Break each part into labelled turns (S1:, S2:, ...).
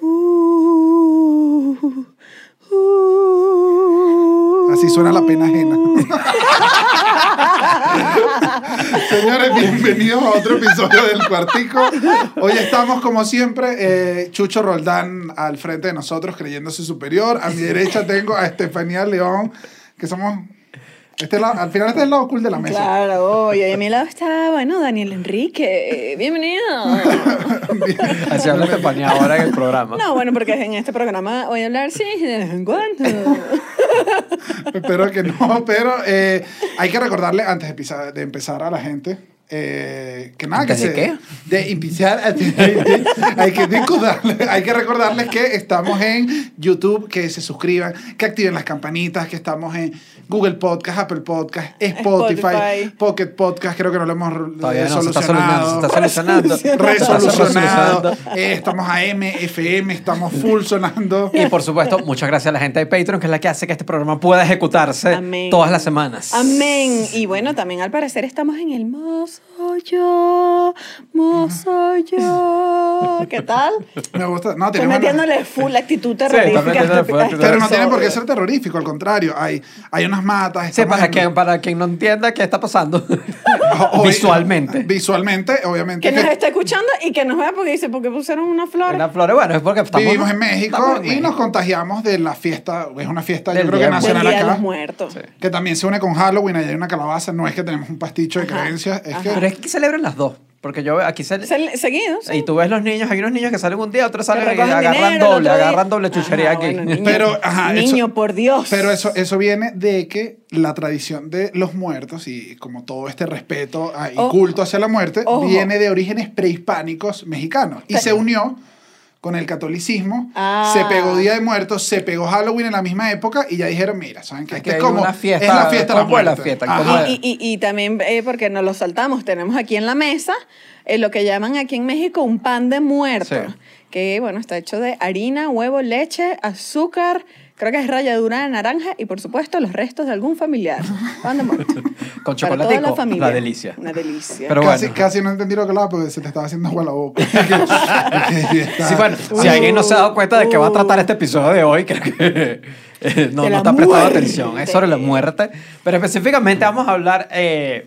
S1: Uh,
S2: así suena la pena ajena. Señores, bienvenidos a otro episodio del Cuartico. Hoy estamos, como siempre, eh, Chucho Roldán al frente de nosotros, creyéndose superior. A mi derecha tengo a Estefanía León, que somos... Este lado- al final este es el lado cool de la mesa.
S1: Claro, y a mi lado está, bueno, Daniel Enrique. Bienvenido.
S3: Así habla Estefanía ahora en el programa.
S1: No, bueno, porque en este programa voy a hablar, sí, de vez en cuando.
S2: Espero que no, pero eh, hay que recordarle antes de, pisa- de empezar a la gente. eh, que nada,
S3: ¿Antes
S2: que
S3: de
S2: se-
S3: qué?
S2: De empezar a gente. hay, que recordarle- hay que recordarles que estamos en YouTube, que se suscriban, que activen las campanitas, que estamos en Google Podcast, Apple Podcast, Spotify,
S1: Spotify.
S2: Pocket Podcast, creo que no lo hemos eh,
S3: Todavía no, se está
S2: solucionado.
S3: solucionando. Se está solucionando.
S2: Resolucionado.
S3: Resolucionado.
S2: Eh, estamos a M, FM, estamos full sonando.
S3: Y por supuesto, muchas gracias a la gente de Patreon, que es la que hace que este programa pueda ejecutarse
S1: Amén.
S3: todas las semanas.
S1: Amén. Y bueno, también al parecer estamos en el mozo yo, mozo yo. ¿Qué tal?
S2: Me gusta. No,
S1: Estoy
S2: tenemos una-
S1: metiéndole full actitud
S3: está
S1: terrorífica. a este-
S3: metiéndole full
S1: a
S3: actitud.
S1: este
S2: Pero no tiene por qué
S1: episodio.
S2: ser terrorífico, al contrario, hay, hay unas matas.
S3: Sí,
S2: estamos
S3: para,
S2: en-
S3: quien, para quien no entienda qué está pasando
S2: o- o-
S3: visualmente.
S2: eh, Visualmente, obviamente.
S1: Que nos
S2: que
S1: está escuchando y que nos vea porque dice, porque pusieron una flor?
S3: Una flor, bueno, es porque estamos,
S2: Vivimos en México
S3: estamos en
S2: y nos contagiamos de la fiesta, es una fiesta
S3: Del
S2: yo creo
S3: Día
S2: que
S3: de
S1: Del
S2: nacional
S1: Día de los
S2: acá,
S1: Muertos.
S3: Sí.
S2: que también se une con Halloween, allá hay una calabaza, no es que tenemos un pasticho de
S1: Ajá,
S2: creencias, es
S1: ajá.
S2: que...
S3: Pero es que celebran las dos, porque yo veo aquí se...
S1: Se- Seguidos. sí.
S3: Y tú ves los niños, hay unos niños que salen un día, otros
S1: Que
S3: salen y
S1: recogen
S3: agarran
S1: dinero, el
S3: doble,
S1: otro día.
S3: agarran doble chuchería
S1: Ajá,
S3: aquí.
S1: bueno, niño,
S2: Pero, ajá, eso-
S1: niño, por Dios.
S2: Pero eso, eso viene de que la tradición de los muertos y como todo este respeto ah, y
S1: Ojo.
S2: culto hacia la muerte
S1: Ojo.
S2: viene de orígenes prehispánicos mexicanos y se unió con el catolicismo,
S1: Ah.
S2: se pegó Día de Muertos, se pegó Halloween en la misma época y ya dijeron, mira, ¿saben qué? Este
S3: Aquí
S2: es
S3: hay
S2: como
S3: una fiesta,
S2: es la fiesta de la
S3: ¿cómo es la
S2: muerte.
S3: fiesta?
S2: Ajá.
S3: ¿Cómo es?
S1: Y, y- y- y también, eh, porque nos lo saltamos, tenemos aquí en la mesa eh, lo que llaman aquí en México un pan de muerto.
S3: Sí.
S1: Que, bueno, está hecho de harina, huevo, leche, azúcar, creo que es ralladura de naranja y, por supuesto, los restos de algún familiar. Pan de muerto.
S3: Con
S1: Para toda
S3: chocolatico,
S1: la, familia.
S3: la delicia.
S1: Una delicia.
S3: Pero
S2: Casi,
S3: bueno.
S2: casi no entendí lo que hablaba porque se te estaba haciendo agua a la boca. Porque está-
S3: Sí, bueno, si
S1: Uh,
S3: alguien no se ha dado cuenta de qué va a tratar
S1: uh.
S3: este episodio de hoy, creo que eh, no,
S1: De
S3: no
S1: la
S3: está prestando
S1: muerte.
S3: atención. Es sobre la muerte. Pero específicamente vamos a hablar eh,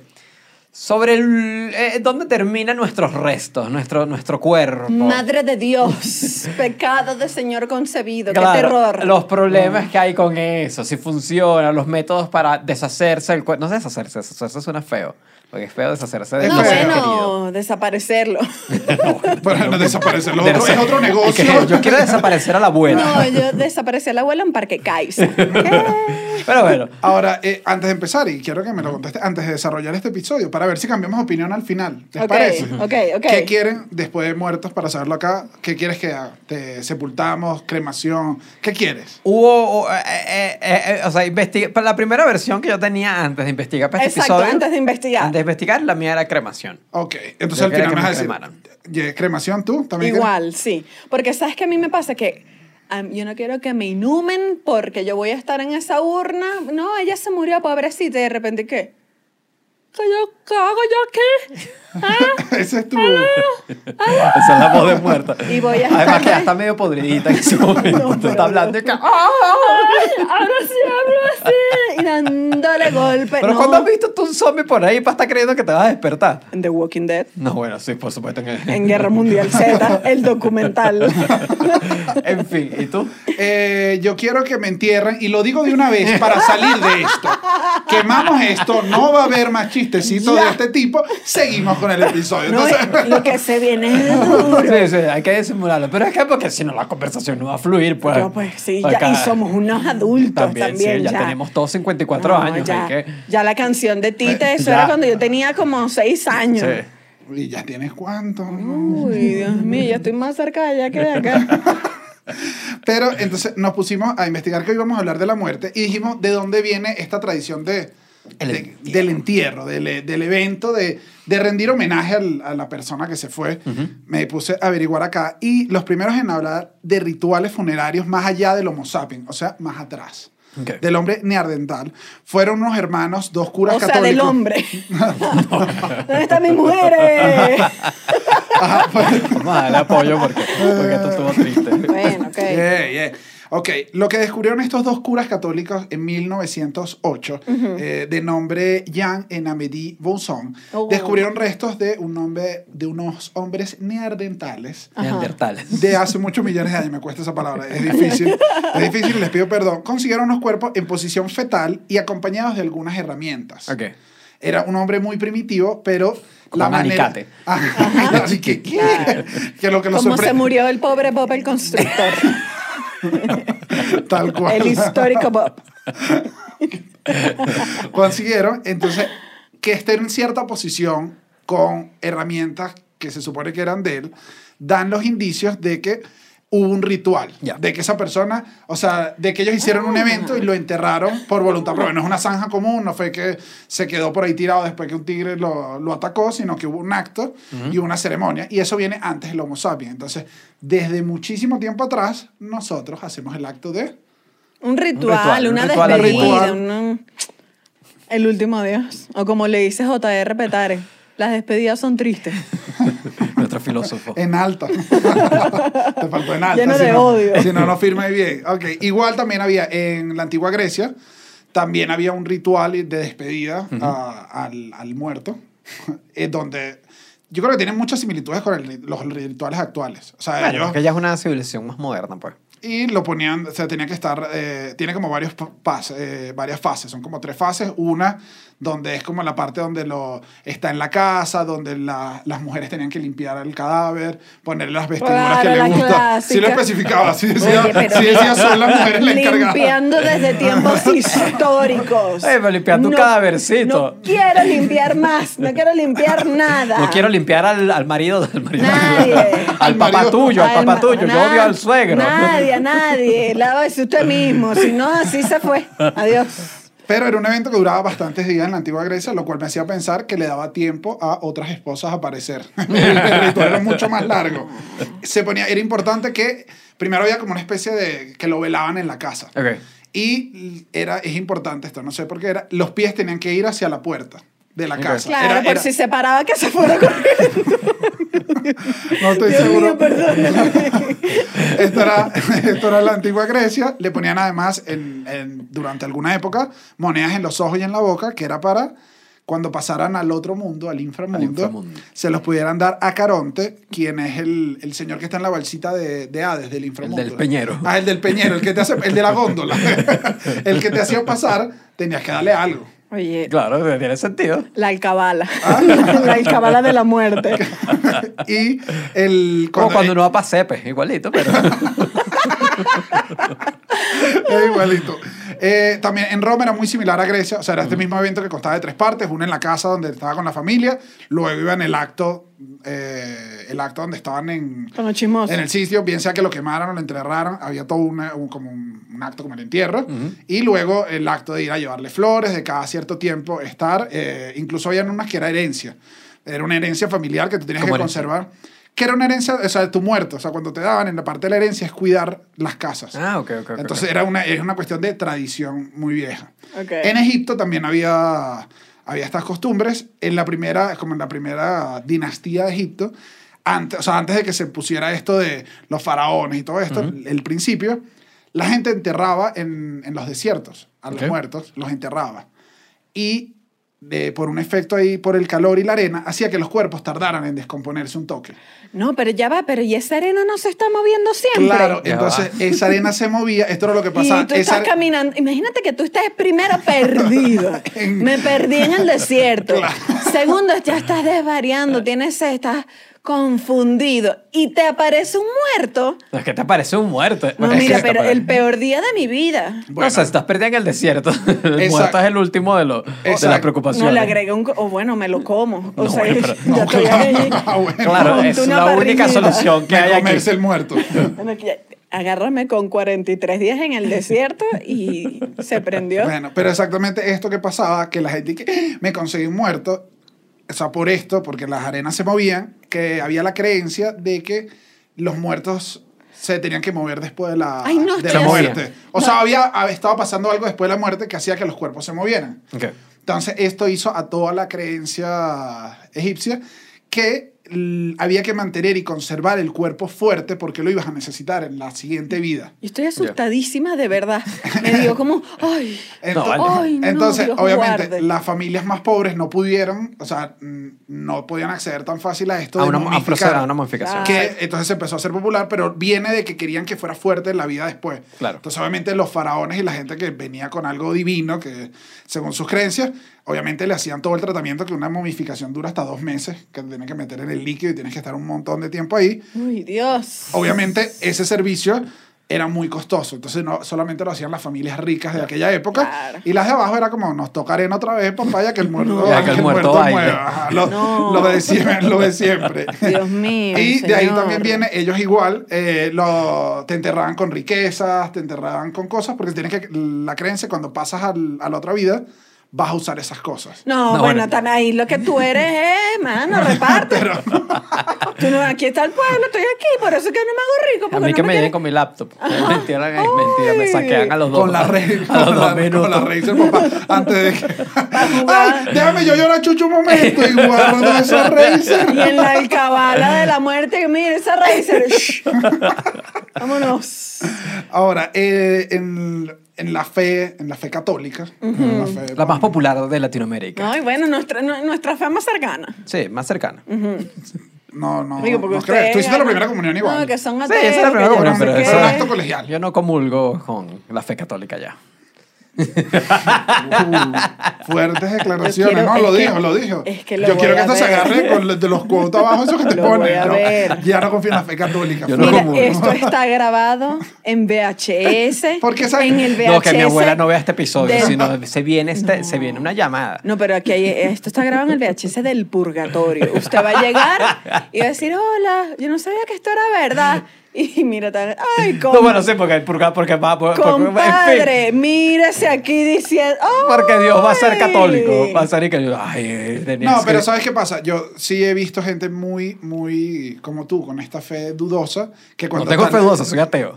S3: sobre el, eh, dónde terminan nuestros restos, nuestro, nuestro cuerpo.
S1: Madre de Dios, pecado de Señor concebido, qué
S3: Claro,
S1: terror. Mm.
S3: Los problemas que hay con eso, si funciona, los métodos para deshacerse del cuerpo. No sé deshacerse, deshacerse suena feo. Porque es feo deshacerse de
S2: Es
S1: No,
S3: algo
S2: feo.
S3: querido.
S1: bueno, desaparecerlo.
S2: Para no desaparecer. Lo
S3: De-
S2: otro- es otro
S3: que
S2: negocio.
S3: Yo quiero desaparecer a la abuela.
S1: No, yo desaparecí a la abuela en Parque Caixa.
S3: Pero bueno.
S2: Ahora, eh, antes de empezar, y quiero que me lo conteste antes de desarrollar este episodio, para ver si cambiamos opinión al final. ¿Les
S1: Ok,
S2: parece?
S1: ok, ok.
S2: ¿Qué quieren después de muertos para saberlo acá? ¿Qué quieres que haga? ¿Te sepultamos? ¿Cremación? ¿Qué quieres?
S3: Hubo, eh, eh, eh, eh, o sea, investiga, para la primera versión que yo tenía antes de investigar para este
S1: Exacto,
S3: episodio-
S1: antes de investigar.
S3: Antes de investigar, la mía era cremación.
S2: Ok, entonces
S3: Yo
S2: al
S3: quería
S2: final
S3: que
S2: me vas a
S3: me
S2: decir.
S3: cremaran.
S2: ¿y- ¿Cremación tú? ¿También quieres?
S1: Igual, sí. Porque sabes que a mí me pasa que am, yo no quiero que me inhumen porque yo voy a estar en esa urna. No, ella se murió, pobrecita, y de repente, ¿qué? ¿Qué yo qué hago yo qué? ¿Ah?
S2: Ese es tu.
S3: Esa es la voz de muerta.
S1: Y voy a
S3: Además
S1: estar-
S3: que ya está medio podridita en ese momento.
S1: No, pero-
S3: está hablando y que... ¡Ah!
S1: ¡Ay! Ahora sí, ahora sí. Y dándole golpe.
S3: Pero
S1: no.
S3: ¿cuándo has visto tú un zombie por ahí para estar creyendo que te vas a despertar?
S1: En The Walking Dead,
S3: No, bueno, sí, por supuesto. que-
S1: en Guerra Mundial Z, el documental.
S3: en fin, ¿y tú?
S2: Eh, yo quiero que me entierren, y lo digo de una vez para salir de esto. Quemamos esto, no va a haber más chistecitos de este tipo. Seguimos con el episodio.
S1: No,
S2: Entonces-
S1: eh, lo que se viene es
S3: Sí, sí, hay que disimularlo. Pero es que porque si no la conversación no va a fluir, pues...
S1: Yo, pues sí, ya,
S3: Acá-
S1: y somos unos adultos
S3: También,
S1: también.
S3: sí, ya tenemos todos 54 años,
S1: Ya,
S3: hay que-
S1: ya la canción de Tita,
S3: Eh,
S1: eso
S3: ya.
S1: era cuando yo tenía como 6 años.
S3: Sí.
S2: ¿Y ya tienes cuánto?
S1: Uy, Dios mío, ya estoy más cerca de allá que de acá.
S2: Pero entonces nos pusimos a investigar que hoy íbamos a hablar de la muerte y dijimos de dónde viene esta tradición de,
S3: El
S2: de-
S3: entierro.
S2: del entierro, del, del evento, de, de rendir homenaje al- a la persona que se fue. Me puse a averiguar acá y los primeros en hablar de rituales funerarios más allá del Homo sapiens, o sea, más atrás.
S3: Ok.
S2: Del hombre neardental. Fueron unos hermanos, dos curas
S1: o sea,
S2: católicos.
S1: del hombre. ¿Dónde están mis mujeres?
S2: Ajá, fue- Ah,
S3: Vamos a darle apoyo porque, porque esto estuvo triste.
S1: bueno, ok.
S2: Eh, Yeah, yeah. Ok, lo que descubrieron estos dos curas católicos en 1908, eh, de nombre Jean Enamedi Bonson,
S1: Oh.
S2: descubrieron restos de, un hombre, de unos hombres neandertales
S1: Ajá.
S3: Neandertales.
S2: de hace muchos millones de años. Me cuesta esa palabra, es difícil. Es difícil, les pido perdón. Consiguieron unos cuerpos en posición fetal y acompañados de algunas herramientas.
S3: Ok.
S2: Era un hombre muy primitivo, pero
S3: Con
S2: la
S3: un
S2: manera...
S3: alicate.
S2: Ajá. Así que, ¿qué? que lo que lo
S1: Como se
S2: sorpre-
S1: murió el pobre Bob el constructor,
S2: Tal cual.
S1: el histórico Bob.
S2: consiguieron entonces que esté en cierta posición con herramientas que se supone que eran de él, dan los indicios de que hubo un ritual,
S3: Ya.
S2: de que esa persona, o sea, de que ellos hicieron un evento y lo enterraron por voluntad propia. No es una zanja común, no fue que se quedó por ahí tirado después que un tigre lo, lo atacó, sino que hubo un acto y una ceremonia. Y eso viene antes del Homo sapiens. Entonces, desde muchísimo tiempo atrás, nosotros hacemos el acto de...
S1: Un ritual,
S3: ritual, un
S1: una
S3: ritual,
S2: un
S1: despedida,
S2: ritual.
S1: un- el último adiós. O como le dice J.R. Petare, las despedidas son tristes,
S3: Nuestro filósofo.
S2: En alta. Te faltó en alta.
S1: Lleno
S2: si
S1: de
S2: no-
S1: odio.
S2: Si no, no firme bien. Ok, Igual también había en la antigua Grecia, también había un ritual de despedida a- al, al muerto, eh, donde yo creo que tienen muchas similitudes con el ri- los rituales actuales. O sea,
S3: Bueno,
S2: ellos-
S3: porque ya es una civilización más moderna, pues.
S2: y lo ponían, o sea, tenía que estar, eh, tiene como varios pa- pas- eh, varias fases, son como tres fases. Una donde es como la parte donde lo está en la casa, donde la- las mujeres tenían que limpiar el cadáver, poner las vestiduras
S1: Claro,
S2: que le
S1: la
S2: gustan. Sí lo
S1: clásica.
S2: especificaba, sí decía,
S1: Oye, pero-
S2: sí decía, son las mujeres las encargadas.
S1: limpiando desde tiempos históricos.
S3: Eh, pero limpia tu cadavercito.
S1: No quiero limpiar más, no quiero limpiar nada.
S3: No quiero limpiar al, al marido del marido.
S1: Ah. Nadie.
S3: Al
S2: Al
S3: papá
S2: marido.
S3: tuyo, al papá
S1: ma-
S3: tuyo. Yo
S1: na-
S3: odio al suegro.
S1: Nadie, a nadie. Lávese usted mismo. Si no, así se fue. Adiós.
S2: Pero era un evento que duraba bastantes días en la antigua Grecia, lo cual me hacía pensar que le daba tiempo a otras esposas a aparecer. el ritual era mucho más largo. Se ponía, era importante que primero había como una especie de que lo velaban en la casa.
S3: Ok.
S2: Y era, es importante esto, no sé por qué era, los pies tenían que ir hacia la puerta de la
S3: Ok.
S2: casa.
S1: Claro,
S2: Era-
S1: por
S2: era-
S1: si se paraba que se fuera corriendo.
S2: No estoy
S1: Dios
S2: seguro.
S1: mío, perdóname.
S2: esto, era, esto era la antigua Grecia. Le ponían además, en- en- durante alguna época, monedas en los ojos y en la boca, que era para cuando pasaran al otro mundo, al inframundo,
S3: Al inframundo.
S2: se los pudieran dar a Caronte, quien es el, el señor que está en la balsita de, de Hades, del inframundo.
S3: del peñero.
S2: Ah, el del peñero, el que te hace, el de la góndola. el que te hacía pasar, tenías que darle algo.
S1: Oye,
S3: Claro, tiene sentido.
S1: la alcabala.
S2: Ah.
S1: La alcabala de la muerte.
S2: y el...
S3: Como cuando uno va para Cepe, igualito, pero.
S2: Es igualito. Eh, también en Roma era muy similar a Grecia, o sea, era este mismo evento que constaba de tres partes, una en la casa donde estaba con la familia, luego iba en el acto, eh, el acto donde estaban en,
S1: Con los chismosos.
S2: en el sitio, bien sea que lo quemaran o lo enterraran, había todo una- un, como un, un acto como el entierro, y luego el acto de ir a llevarle flores, de cada cierto tiempo estar, eh, incluso había unas que era herencia, era una herencia familiar que tú tenías que
S3: ¿Cómo herencia?
S2: conservar. Que era una herencia, o sea, de tu muerto. O sea, cuando te daban en la parte de la herencia es cuidar las casas.
S3: Ah, ok, ok. ok,
S2: Entonces era una, es una cuestión de tradición muy vieja.
S1: Ok.
S2: En Egipto también había, había estas costumbres. En la primera, como en la primera dinastía de Egipto, antes, o sea, antes de que se pusiera esto de los faraones y todo esto, el principio, la gente enterraba en, en los desiertos a
S3: Ok.
S2: los muertos, los enterraba. Y de- por un efecto ahí, por el calor y la arena, hacía que los cuerpos tardaran en descomponerse un toque.
S1: No, pero ya va, pero ¿y esa arena no se está moviendo siempre?
S2: Claro,
S3: Ya
S2: entonces
S3: va.
S2: esa arena se movía, esto era lo que
S1: Y
S2: pasaba.
S1: tú
S2: esa
S1: estás
S2: are-
S1: caminando. Imagínate que tú estás primero perdido.
S2: En-
S1: Me perdí en el desierto.
S2: Claro. Ah.
S1: Segundo, ya estás desvariando, tienes, estás confundido. Y te aparece un muerto.
S3: No, es que te parece un muerto.
S1: No,
S3: Bueno, es que
S1: mira,
S3: te
S1: pero
S3: parece-
S1: el peor día de mi vida.
S3: No, o sea, estás perdida en el desierto. El
S2: Exacto.
S3: muerto es el último de, los de las
S2: Exacto.
S3: preocupaciones.
S1: No le agrego un. co- O bueno, me lo como. O
S3: No,
S1: sea,
S3: bueno, pero-
S1: ya estoy ahí.
S2: Ah, bueno.
S3: Claro,
S1: Ponte
S3: es
S1: una
S3: la única
S1: parrillita.
S3: solución que
S2: de
S3: hay aquí.
S2: comerse el muerto.
S1: Bueno, que ya- Agárrame con 43 días en el desierto y se prendió.
S2: bueno, pero exactamente esto que pasaba, que la gente que "Ah, me conseguí un muerto, o sea, por esto, porque las arenas se movían, que había la creencia de que los muertos se tenían que mover después de la,
S1: Ay, no,
S2: de
S1: estoy
S2: la
S3: así.
S2: muerte. O sea, había, había- estaba pasando algo después de la muerte que hacía que los cuerpos se movieran.
S3: Ok.
S2: Entonces, esto hizo a toda la creencia egipcia que l- había que mantener y conservar el cuerpo fuerte porque lo ibas a necesitar en la siguiente vida.
S1: Yo estoy asustadísima, de verdad. Me digo como, ay,
S2: Ento-
S3: vale.
S1: Ay, no,
S2: Entonces,
S1: Dios
S2: obviamente,
S1: guarde.
S2: las familias más pobres no pudieron, o sea, mm, no podían acceder tan fácil a esto.
S3: a
S2: de
S3: una, a
S2: momificar.
S3: proceder a una modificación.
S1: Ah.
S2: que entonces se empezó a hacer popular, pero viene de que querían que fuera fuerte en la vida después.
S3: Claro.
S2: Entonces, obviamente, los faraones y la gente que venía con algo divino, que según sus creencias, obviamente le hacían todo el tratamiento que una momificación dura hasta dos meses, que te tienen que meter en el líquido y tienes que estar un montón de tiempo ahí.
S1: uy, Dios.
S2: Obviamente, ese servicio era muy costoso, entonces no solamente lo hacían las familias ricas de aquella época
S1: Claro.
S2: y las de abajo era como nos tocaré otra vez papá ya que el muerto,
S3: Ya que el muerto baile.
S2: mueva. Ajá, lo,
S1: No.
S2: lo de siempre, lo de siempre.
S1: Dios mío.
S2: Y de ahí
S1: señor.
S2: también viene, ellos igual, eh, lo, te enterraban con riquezas, te enterraban con cosas, porque tienes que, la creencia cuando pasas al- a la otra vida, vas a usar esas cosas.
S1: No,
S3: No,
S1: bueno,
S3: bueno.
S1: tan ahí lo que tú eres, eh, mano, reparte. Tú no, aquí está el pueblo, estoy aquí, por eso es que no me hago rico. porque
S3: A mí
S1: no Ah.
S3: que me
S1: me
S3: lleguen
S1: quieren-
S3: con mi laptop. Mentira, es mentira, me
S1: Ay.
S3: saquean a los dos.
S2: Con la red,
S3: A
S2: con
S3: los
S2: la,
S3: dos
S2: con la
S3: minutos.
S2: raíz del papá, antes de que...
S1: jugar.
S2: ¡Ay, déjame yo llorar chucho un momento! Y guardo esa raíz.
S1: Y en la alcabala de la muerte, que mire esa raíz. shh. Vámonos.
S2: Ahora, eh, en, en la fe, en la fe católica, en la, fe-
S3: La más popular de Latinoamérica.
S1: No, y bueno, nuestra, nu- nuestra fe más cercana.
S3: Sí, más cercana.
S2: No, no,
S1: Digo,
S2: no
S1: porque
S2: crees.
S1: ustedes-
S2: Tú hiciste la primera comunión igual.
S1: No, que son
S3: Sí,
S1: ateos.
S3: esa es la primera
S1: que yo no
S3: comunión,
S1: sé
S3: pero
S1: qué.
S2: eso- Era un acto colegial.
S3: Yo no comulgo con la fe católica ya.
S2: Uh, fuertes declaraciones.
S1: Yo quiero-
S2: no, lo
S1: es que-
S2: dijo, lo dijo.
S1: es que lo
S2: Yo
S1: voy
S2: quiero que
S1: a
S2: esto se
S1: ver.
S2: agarre con los- de los cuotas abajo, esos que te
S1: Lo voy
S2: ponen.
S1: a
S2: ¿no?
S1: ver.
S2: Ya no confío en la fe católica.
S3: Yo no
S2: fue
S1: Mira,
S2: como-
S1: esto está grabado en VHS.
S2: ¿Por qué sabe-
S1: En el VHS.
S3: No, que mi abuela no vea este episodio,
S1: del-
S3: sino se viene, este, se viene una llamada.
S1: No, pero aquí hay, esto está grabado en el VHS del purgatorio. Usted va a llegar y va a decir, hola, yo no sabía que esto era verdad. Y mira, tal, ay,
S3: No,
S1: compa-
S3: bueno, sí, porque, porque, porque va porque- porque- en fin.
S1: compadre, mírese aquí diciendo, ¡ay!
S3: Porque Dios va a ser católico. Va a ser y que yo, ay, eh, tenía
S2: No,
S3: que-
S2: pero ¿sabes qué pasa? Yo sí he visto gente muy, muy como tú, con esta fe dudosa. Que
S3: No
S2: cuando
S3: tengo fe
S2: están-
S3: dudosa, soy ateo.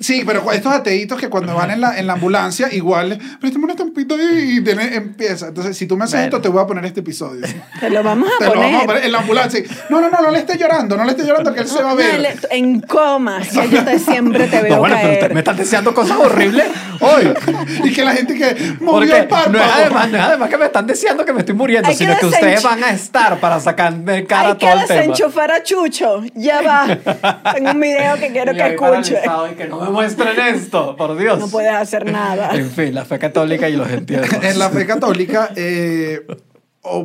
S2: Sí, pero cu- estos ateitos que cuando van en la, en la ambulancia, igual, este préstame una estampita y, y tiene- empieza. Entonces, si tú me haces
S3: Bueno.
S2: esto, te voy a poner este episodio.
S1: Te lo vamos a
S2: Te lo
S1: poner.
S2: vamos a poner en la ambulancia. y, No, no, no, no le esté llorando, no le esté llorando, que él se va a
S1: No,
S2: ver.
S1: le- en coma, que yo te, siempre te veo
S3: No, bueno,
S1: caer.
S3: pero te- me estás deseando cosas horribles hoy.
S2: y que la gente que movió
S3: Porque
S2: el párpado.
S3: no es, además, no es además que me están deseando que me estoy muriendo,
S1: Hay que
S3: sino que ustedes
S1: desenchu-
S3: van a estar para sacarme
S1: Hay
S3: cara todo
S1: que
S3: el tema.
S1: desenchufar a Chucho. Ya va. Tengo un video que quiero
S3: Y
S1: que
S3: ahí
S1: escuche.
S3: paralizado y que no me muestren esto, por Dios.
S1: No puedes hacer nada.
S3: En fin, la fe católica y los entierros.
S2: en la fe católica, eh,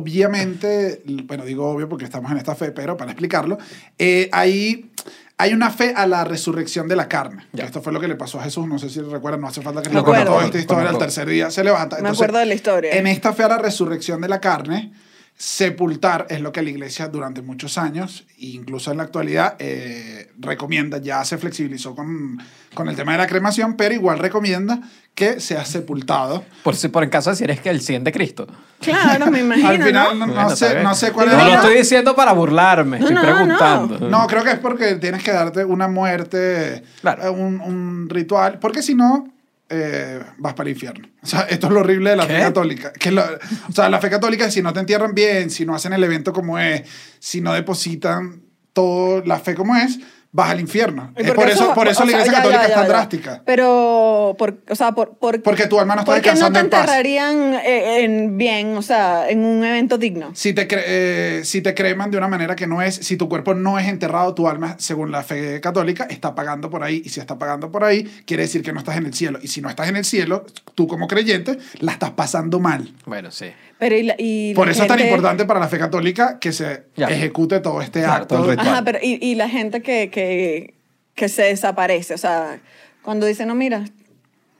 S2: obviamente, bueno, digo obvio porque estamos en esta fe, pero para explicarlo, eh, hay, hay una fe a la resurrección de la carne.
S3: Ya.
S2: Esto fue lo que le pasó a Jesús, no sé si recuerdan, no hace falta que
S3: Me
S2: recuerden
S1: acuerdo.
S2: toda esta historia,
S3: Me
S2: al
S3: acuerdo.
S2: tercer día se levanta.
S1: Me acuerdo de la historia.
S2: En esta fe a la resurrección de la carne, sepultar es lo que la iglesia durante muchos años, e incluso en la actualidad, eh, recomienda. Ya se flexibilizó con, con el tema de la cremación, pero igual recomienda que sea sepultado.
S3: Por si por en caso de decir es que el 100 de Cristo.
S1: Claro, me imagino.
S2: Al final,
S1: ¿no?
S2: no, no
S3: Bueno, está
S2: sé,
S3: bien.
S2: no sé cuál
S1: No,
S2: es
S3: No lo
S1: no.
S3: estoy diciendo para burlarme,
S1: No,
S3: estoy
S1: no, no.
S3: preguntando.
S2: No, creo que es porque tienes que darte una muerte,
S3: Claro.
S2: eh, un, un ritual, porque si no, eh, vas para el infierno. O sea, esto es lo horrible de la fe
S3: ¿Qué?
S2: católica. Que lo- o sea, la fe católica es si no te entierran bien, si no hacen el evento como es, si no depositan toda la fe como es, vas al infierno.
S1: Y
S2: Eh,
S1: porque
S2: por eso, por
S1: o
S2: eso la
S1: sea,
S2: iglesia
S1: ya, ya,
S2: católica
S1: ya,
S2: es tan
S1: ya.
S2: drástica.
S1: Pero, por, o sea, por, por,
S2: Porque tu alma no está
S1: ¿por qué no
S2: descansando
S1: te
S2: en paz.
S1: enterrarían eh, en bien, o sea, en un evento digno?
S2: Si te, cre- eh, si te creman de una manera que no es, si tu cuerpo no es enterrado, tu alma, según la fe católica, está pagando por ahí. Y si está pagando por ahí, quiere decir que no estás en el cielo. Y si no estás en el cielo, tú como creyente, la estás pasando mal.
S3: Bueno, sí.
S1: Pero y la- y
S2: Por
S1: la
S2: eso es tan
S1: gente-
S2: importante para la fe católica que se
S3: Ya.
S2: ejecute todo este
S3: Claro,
S2: acto.
S3: todo el ritual.
S1: Ajá, pero y, y la gente que, que, que se desaparece, o sea, cuando dicen, no, mira,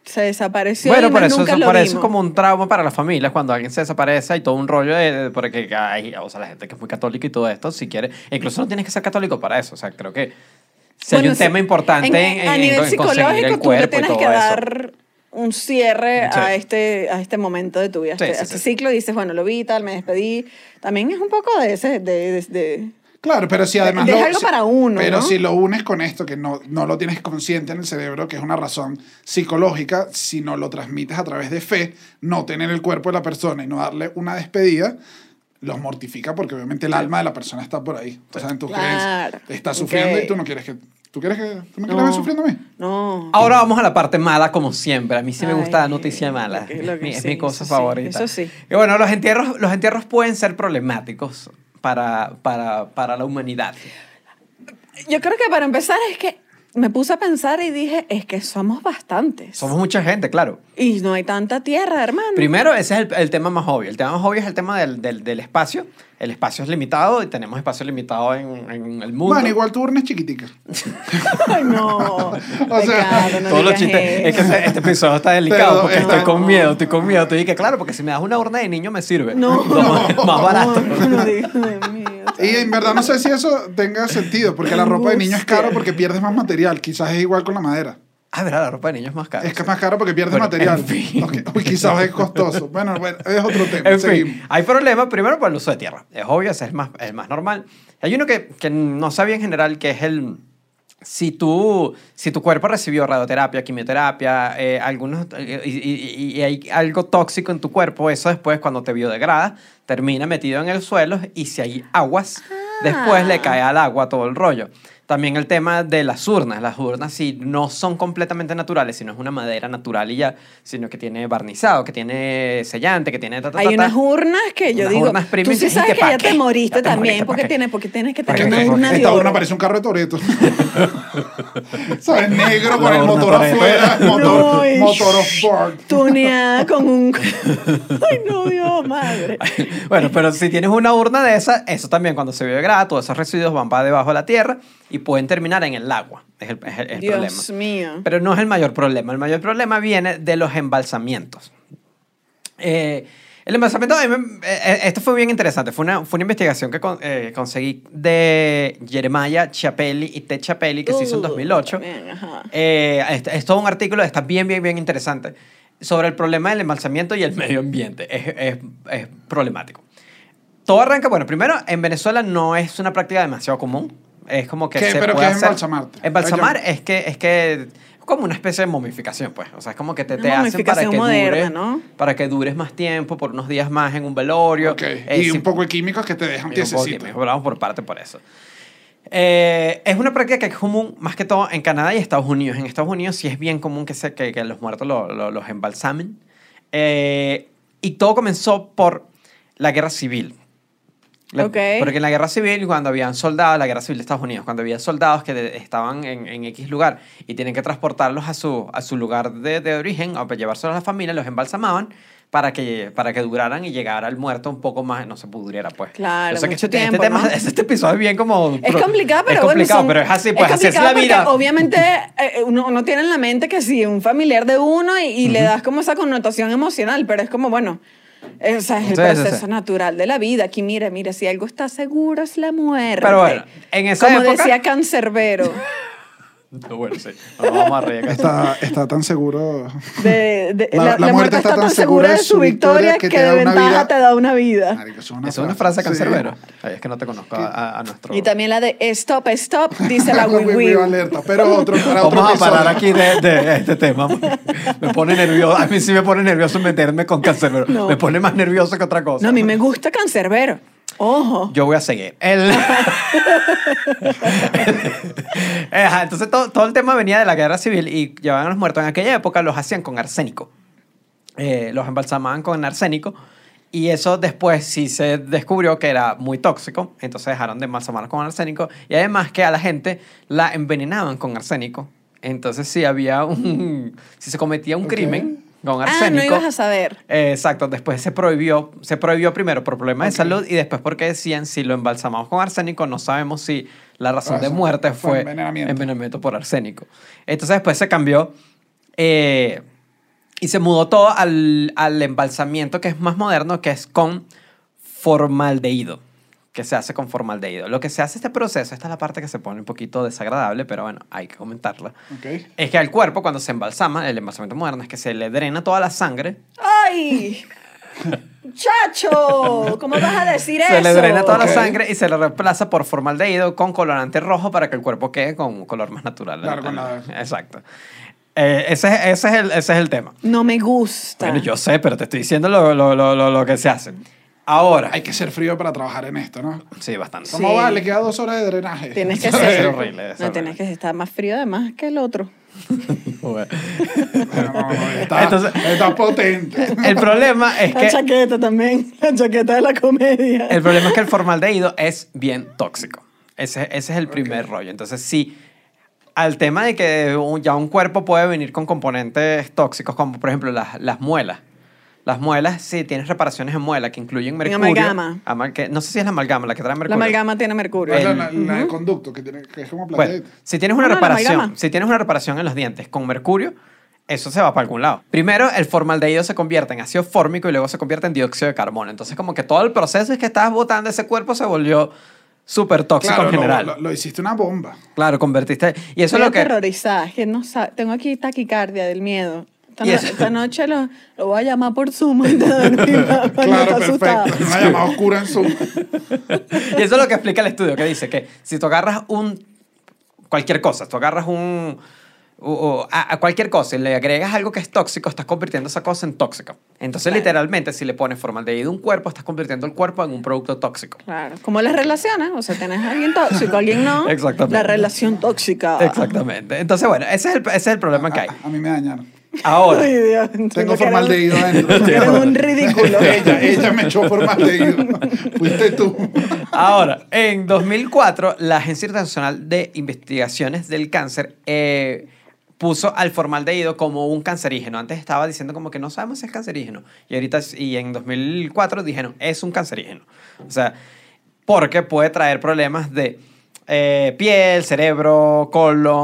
S1: se desapareció
S3: bueno,
S1: y
S3: por
S1: más
S3: eso,
S1: nunca lo
S3: por eso es
S1: vimos.
S3: como un trauma para las familias cuando alguien se desaparece y todo un rollo de, de- porque hay, o sea, la gente que es muy católica y todo esto, si quiere, e incluso no tienes que ser católico para eso, o sea, creo que si hay
S1: Bueno,
S3: un
S1: sí.
S3: tema importante
S1: En- e,
S3: en,
S1: a
S3: en-
S1: nivel
S3: en conseguir el
S1: psicológico, tú le
S3: cuerpo y
S1: tienes
S3: todo
S1: que
S3: eso.
S1: dar un cierre a,
S3: Sí.
S1: este, a este momento de tu vida, a
S3: Sí,
S1: este,
S3: sí,
S1: a este
S3: sí.
S1: ciclo. y Dices, bueno, lo vi, tal, me despedí. También es un poco de ese, de, de- de-
S2: Claro, pero si además...
S1: Deja algo
S2: si-
S1: para uno,
S2: Pero
S1: ¿no?
S2: si lo unes con esto, que no, no lo tienes consciente en el cerebro, que es una razón psicológica, si no lo transmites a través de fe, no tener el cuerpo de la persona y no darle una despedida, los mortifica porque obviamente el alma de la persona está por ahí. O sea, en tus
S1: Claro.
S2: creencias. Está sufriendo
S1: Ok.
S2: y tú no quieres que... ¿Tú quieres que... ¿Tú me quieres
S1: No.
S2: ver sufriendo a mí?
S1: No.
S3: Ahora vamos a la parte mala, como siempre. A mí sí me gusta
S1: Ay,
S3: la noticia mala.
S1: lo que- lo
S3: es
S1: que
S3: mi, es
S1: sí,
S3: mi
S1: eso
S3: cosa
S1: sí,
S3: favorita.
S1: eso sí.
S3: Y bueno, los entierros, los entierros pueden ser problemáticos para, para, para la humanidad.
S1: Yo creo que para empezar es que me puse a pensar y dije, es que somos bastantes.
S3: Somos mucha gente, claro.
S1: Y no hay tanta tierra, hermano.
S3: Primero, ese es el, el tema más obvio. El tema más obvio es el tema del, del- del espacio. El espacio es limitado y tenemos espacio limitado en, en el mundo.
S2: Bueno, igual tu urna es chiquitica.
S1: Ay, no.
S2: O sea,
S1: Ricardo, no
S3: Todos los
S1: digas
S3: chistes.
S1: eso.
S3: Es que este, este episodio está delicado
S2: Pero
S3: porque
S2: está-
S3: estoy con miedo, estoy con miedo. Te dije, claro, porque si me das una urna de niño me sirve.
S1: No.
S3: Más- más barato.
S1: No, no digas, Dios mío.
S2: Y en verdad no sé si eso tenga sentido, porque la ropa de niño es caro porque pierdes más material. Quizás es igual con la madera.
S3: Ah, verdad, la ropa de niño es más cara.
S2: Es que es más caro porque pierdes
S3: Bueno,
S2: material.
S3: en fin.
S2: Ok, uy, quizás es costoso. Bueno, bueno, es otro tema.
S3: En
S2: Seguimos.
S3: fin, hay problemas primero por el uso de tierra. Es obvio, ese es el más, el más normal. Hay uno que, que no sabía en general que es el... Si, tú, si tu cuerpo recibió radioterapia, quimioterapia, eh, algunos, eh, y, y- y hay algo tóxico en tu cuerpo, eso después cuando te biodegrada termina metido en el suelo y si hay aguas, después le cae al agua todo el rollo. También el tema de las urnas. Las urnas, si no son completamente naturales, si no es una madera natural y ya, sino que tiene barnizado, que tiene sellante, que tiene... ta, ta,
S1: Hay
S3: ta, ta.
S1: unas urnas que yo
S3: Unas
S1: digo,
S3: urnas premium
S1: tú sí
S3: que-
S1: sabes
S3: que
S1: que,
S3: pa'
S1: ya
S3: qué,
S1: te moriste
S3: ya te
S1: también,
S3: moriste, ¿pa'
S1: porque,
S3: qué?
S1: tienes, porque tienes que
S3: ¿Pa'
S1: tener
S3: qué?
S1: una urna de
S2: Esta
S1: oro.
S2: urna parece un carro de Toreto. ¿Sabes? Negro con
S3: La
S2: el
S3: urna
S2: motor
S3: Toretto.
S2: afuera.
S1: No,
S2: Motor,
S1: y-
S2: motor off-board.
S1: tuneada con un... Ay, no, Dios, madre.
S3: bueno, pero si tienes una urna de esa, eso también cuando se biodegrada, todos esos residuos van para debajo de la tierra y pueden terminar en el agua. Es el, es el- es el problema.
S1: Dios mío.
S3: Pero no es el mayor problema. El mayor problema viene de los embalsamientos. Eh, el embalsamiento, a mí me- eh, eh, esto fue bien interesante. Fue una, fue una investigación que con- eh, conseguí de Jeremiah Chapelli y Ted Chapelli, que se hizo en
S1: Uh,
S3: 2008.
S1: también, ajá.
S3: Eh, es, es todo un artículo, está bien, bien, bien interesante, sobre el problema del embalsamiento y el medio ambiente. Es, es, es problemático. Todo arranca, bueno, primero, en Venezuela no es una práctica demasiado común. Es como que
S2: ¿Qué?
S3: se
S2: ¿Pero
S3: puede
S2: qué es
S3: hacer-
S2: embalsamarte?
S3: Embalsamar
S2: Ay,
S3: es que es que es como una especie de momificación, pues. O sea, es como que te,
S1: Una
S3: te hacen para que
S1: momificación moderna,
S3: dure,
S1: ¿no?
S3: para que dures más tiempo, por unos días más en un velorio.
S2: Ok,
S3: Eh,
S2: Y
S3: si-
S2: un poco de químicos que te dejan
S3: Mira, un poco de
S2: tiesecito.
S3: tiempo, Hablamos por parte por eso. Eh, es una práctica que es común más que todo en Canadá y Estados Unidos. En Estados Unidos sí es bien común que, se, que, que los muertos lo- lo- los embalsamen. Eh, y todo comenzó por la guerra civil. La-
S1: Ok.
S3: Porque en la guerra civil, cuando habían soldados, la guerra civil de Estados Unidos, cuando había soldados que de- estaban en, en X lugar y tienen que transportarlos a su, a su lugar de, de origen, o para llevárselos a la familia, los embalsamaban para que, para que duraran y llegara el muerto un poco más, no se pudriera, pues.
S1: Claro,
S3: Yo sé que
S1: mucho
S3: este, este
S1: tiempo,
S3: tema-
S1: ¿no?
S3: este, episodio es bien como...
S1: Es
S3: pro-
S1: complicado, pero
S3: Es complicado,
S1: bueno, son-
S3: pero es así, pues, así es
S1: complicado
S3: la
S1: porque
S3: vida.
S1: Obviamente, eh, uno, uno tiene en la mente que si un familiar de uno y, y le das como esa connotación emocional, pero es como, bueno, eh, o sea, es el
S3: Sí, sí,
S1: proceso
S3: sí.
S1: natural de la vida. Aquí, mira, mira, si algo está seguro es la muerte.
S3: Pero bueno, en esa
S1: Como
S3: época-
S1: decía Cancerbero,
S3: No, Ah, bueno, sí. Nos vamos a reír.
S2: Está, está tan seguro.
S1: de, de- la, la muerte está tan segura de su victoria que,
S2: te
S1: de
S2: da una
S1: ventaja
S2: vida-
S1: te da una vida.
S2: Marico, eso
S3: Es una frase
S2: sí.
S3: cancerbero. Ay, es que no te conozco a, a- a nuestro...
S1: Y también la de stop, stop, dice la
S2: Una
S1: Wii
S2: wiwi
S1: Wii.
S2: alerta, pero otro, para otro
S3: Vamos a parar
S2: episodio.
S3: aquí de, de este tema. porque Me pone nervioso. A mí sí me pone nervioso meterme con Cancerbero.
S1: No.
S3: Me pone más nervioso que otra cosa.
S1: No, a mí me gusta Cancerbero. Ojo.
S3: Yo voy a seguir. El- Ajá, Entonces todo, todo el tema venía de la guerra civil y llevaban a los muertos. En aquella época los hacían con arsénico. Eh, los embalsamaban con arsénico. Y eso después sí se descubrió que era muy tóxico, entonces dejaron de embalsamar con arsénico. Y además que a la gente la envenenaban con arsénico. Entonces si había un... Si se cometía un
S2: Ok.
S3: crimen con
S1: Ah, no
S3: arsénico...
S1: ibas a saber.
S3: Eh, Exacto, después se prohibió, se prohibió primero por problemas
S2: Ok.
S3: de salud y después porque decían si lo embalsamamos con arsénico, no sabemos si la razón
S2: Ah,
S3: de
S2: sí.
S3: muerte
S2: Fue
S3: fue
S2: envenenamiento.
S3: envenenamiento por arsénico. Entonces después se cambió eh, y se mudó todo al, al embalsamiento que es más moderno, que es con formaldehído, que se hace con formaldehído. Lo que se hace este proceso, esta es la parte que se pone un poquito desagradable, pero bueno, hay que comentarla.
S2: Ok.
S3: Es que al cuerpo cuando se embalsama, el embalsamiento moderno es que se le drena toda la sangre
S1: ¡Ay! ¡Chacho! ¿Cómo vas a decir eso?
S3: Se le drena toda
S2: Ok.
S3: la sangre y se le reemplaza por formaldehído con colorante rojo para que el cuerpo quede con un color más natural.
S2: Claro, con la-
S3: Exacto. Eh, ese, es- ese es el, ese es el tema.
S1: No me gusta.
S3: Bueno, yo sé, pero te estoy diciendo lo, lo- lo- lo- lo que se hace. Ahora.
S2: Hay que ser frío para trabajar en esto, ¿no?
S3: Sí, bastante.
S2: ¿Cómo
S1: Sí.
S2: va? Le queda dos horas de drenaje.
S1: Tienes que
S3: Eso
S1: ser.
S3: es horrible, eso
S1: no,
S3: es
S1: tienes
S3: horrible.
S1: que estar más frío además que el otro.
S2: Bueno, no, no, está,
S3: Entonces-
S2: está potente.
S3: El problema es
S1: La
S3: que
S1: chaqueta también, la chaqueta de la comedia.
S3: El problema es que el formaldehído es bien tóxico. Ese, ese es el primer rollo. Entonces, sí, al tema de que un- ya un cuerpo puede venir con componentes tóxicos, como por ejemplo las, las muelas. Las muelas, sí, tienes reparaciones en muela que incluyen mercurio.
S1: amalgama.
S3: amal- que- no sé si es la amalgama la que trae mercurio.
S1: la amalgama tiene mercurio.
S2: Bueno,
S3: El-
S2: la, la de conducto, que, tiene, que es como
S3: Bueno,
S2: platita.
S3: si tienes
S1: No,
S3: una
S1: no, la
S3: reparación,
S1: amalgama.
S3: si tienes una reparación en los dientes con mercurio, eso se va para algún lado. Primero, el formaldehído se convierte en ácido fórmico y luego se convierte en dióxido de carbono. Entonces, como que todo el proceso es que estabas botando ese cuerpo se volvió súper tóxico
S2: Claro,
S3: en general.
S2: Lo, lo- lo hiciste una bomba.
S3: Claro, convertiste. Y eso
S1: Estoy
S3: es lo que.
S1: aterrorizada, es que no sabe- Tengo aquí taquicardia del miedo. Esta,
S3: Y
S1: no-
S3: eso-
S1: esta noche lo, lo voy a llamar por Zoom antes de dormir, para no
S2: claro,
S1: estar asustada.
S2: perfecto. Una llamada oscura en Zoom.
S3: Y eso es lo que explica el estudio, que dice que si tú agarras un. cualquier cosa, tú agarras un. o- o a, a cualquier cosa y le agregas algo que es tóxico, estás convirtiendo esa cosa en tóxica. Entonces,
S1: Claro.
S3: literalmente, si le pones formaldehído a un cuerpo, estás convirtiendo el cuerpo en un producto tóxico.
S1: Claro, como las relaciones, o sea, tenés a alguien tóxico, alguien no.
S3: Exactamente.
S1: La relación tóxica.
S3: Exactamente. Entonces, bueno, ese es el, ese es el problema que hay.
S2: A, a mí me dañaron.
S3: Ahora,
S1: Ay, Dios,
S2: Tengo
S1: entiendo que eres-
S2: formaldehído adentro.
S1: Eres un ridículo.
S2: ella, ella me echó formaldehído. Fuiste tú.
S3: Ahora, en 2004, la Agencia Internacional de Investigaciones del Cáncer eh, puso al formaldehído como un cancerígeno. Antes estaba diciendo como que no sabemos si es cancerígeno. Y ahorita, y en 2004 dijeron, es un cancerígeno. O sea, porque puede traer problemas de eh, piel, cerebro,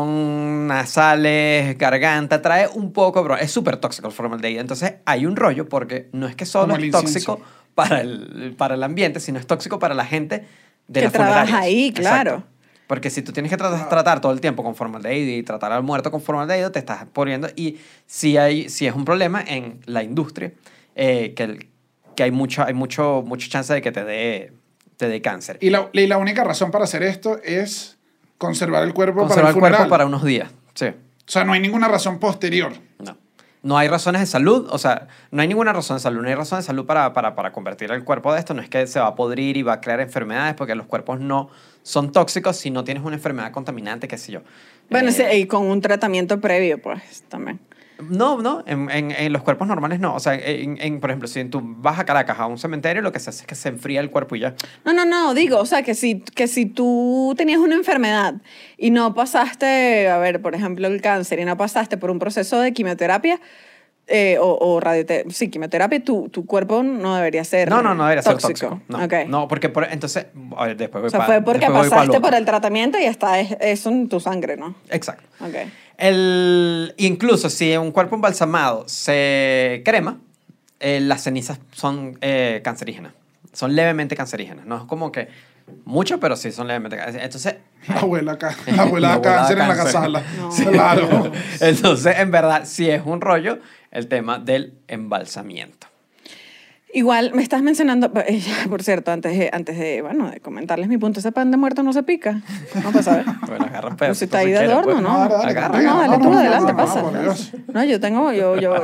S3: colon, nasales, garganta. Trae un poco, bro, es súper tóxico el formaldehído. Entonces, hay un rollo porque no es que solo
S2: Como el
S3: es tóxico
S2: incienso.
S3: para el, para el ambiente, sino es tóxico para la gente de
S1: Que
S3: las
S1: trabaja
S3: funerarias.
S1: ahí, claro.
S3: Exacto. Porque si tú tienes que tratar, tratar todo el tiempo con formaldehído y tratar al muerto con formaldehído, te estás poniendo... Y si, hay, si es un problema en la industria, eh, que, el- que hay, mucho, hay mucho, mucho chance de que te dé, te dé cáncer.
S2: Y la, y la única razón para hacer esto es conservar el cuerpo
S3: Conservar
S2: para
S3: el
S2: el
S3: cuerpo
S2: funeral.
S3: para unos días. Sí,
S2: O sea, no hay ninguna razón posterior.
S3: no. No hay razones de salud, o sea, no hay ninguna razón de salud, no hay razón de salud para, para, para convertir el cuerpo de esto, no es que se va a podrir y va a crear enfermedades, porque los cuerpos no son tóxicos si no tienes una enfermedad contaminante, qué sé yo.
S1: Bueno,
S3: Eh,
S1: sí, y con un tratamiento previo, pues, también.
S3: No, no, en, en- en los cuerpos normales no. O sea, en, en- por ejemplo, si tú vas a Caracas a un cementerio, lo que se hace es que se enfría el cuerpo y ya.
S1: No, no, no, digo, o sea, que si, que si tú tenías una enfermedad y no pasaste, a ver, por ejemplo, el cáncer, y no pasaste por un proceso de quimioterapia eh, o, o radioterapia, sí, quimioterapia, tu, tu cuerpo no debería ser
S3: No, no, no debería
S1: tóxico.
S3: ser tóxico. No,
S1: Ok.
S3: no porque por- entonces, a ver, después voy
S1: o sea,
S3: pa-
S1: fue porque
S3: después voy pa lo
S1: pasaste
S3: otro.
S1: por el tratamiento y está es- eso en tu sangre, ¿no?
S3: Exacto.
S1: Ok.
S3: El, incluso si un cuerpo embalsamado se crema, eh, las cenizas son eh, cancerígenas. Son levemente cancerígenas. No es como que mucho, pero sí son levemente cancerígenas. Entonces,
S2: La abuela acá. La abuela
S3: La
S2: da
S3: abuela da
S2: cáncer en la
S3: cáncer.
S2: casala.
S1: No.
S2: Claro.
S3: entonces, en verdad, sí es un rollo el tema del embalsamiento.
S1: Igual me estás mencionando, eh, ya, por cierto, antes de, antes de, bueno, de comentarles mi punto, ese pan de muerto no se pica. No pasa, ¿eh?
S3: Bueno, agarra un
S1: Pero
S3: pedazo,
S1: si está ahí
S3: entonces
S1: de
S3: quiera,
S1: adorno,
S3: pues.
S2: No,
S1: ¿no?
S2: dale, dale,
S3: que
S1: Agarra,
S3: te
S1: No,
S3: peguen,
S1: dale
S3: no,
S1: tú
S3: no,
S1: adelante,
S2: no, no,
S1: pasa.
S2: por Dios.
S1: No, yo tengo, yo, yo.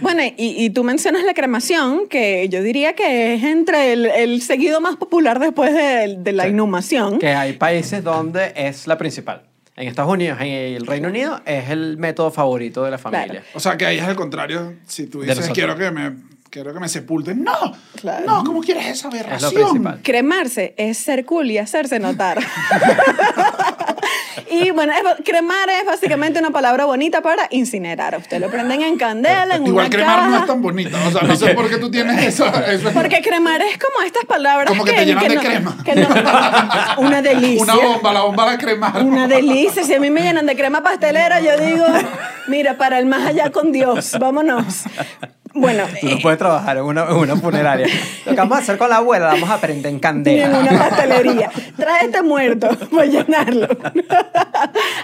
S1: Bueno, y, y tú mencionas la cremación, que yo diría que es entre el, el seguido más popular después de, de la
S3: Sí.
S1: inhumación.
S3: Que hay países donde es la principal. En Estados Unidos, en el Reino Unido, es el método favorito de la familia.
S2: O sea, que ahí es al contrario. Si tú
S3: De
S2: dices,
S3: nosotros.
S2: quiero que me, quiero que me sepulten. ¡No!
S1: Claro.
S2: No, ¿cómo quieres esa
S3: Es lo
S2: aberración?
S3: principal.
S1: Cremarse es ser cool y hacerse notar. y bueno, es- cremar es básicamente una palabra bonita para incinerar. Usted lo prenden en candela, en
S2: Igual
S1: una
S2: cremar
S1: caja.
S2: no es tan bonita. O sea, no sé por qué tú tienes esa. esa-
S1: Porque cremar es como estas palabras
S2: Como que te llenan de crema.
S1: que no- una delicia.
S2: Una bomba, la bomba la cremar.
S1: Una delicia. Si a mí me llenan de crema pastelera, yo digo, mira, para el más allá con Dios, vámonos. Bueno,
S3: Tú no
S1: eh,
S3: puedes trabajar en una, en una funeraria. Lo que vamos a hacer con la abuela, la vamos a prender en
S1: ni en una
S3: candela.
S1: pastelería. Trae este muerto, voy a llenarlo.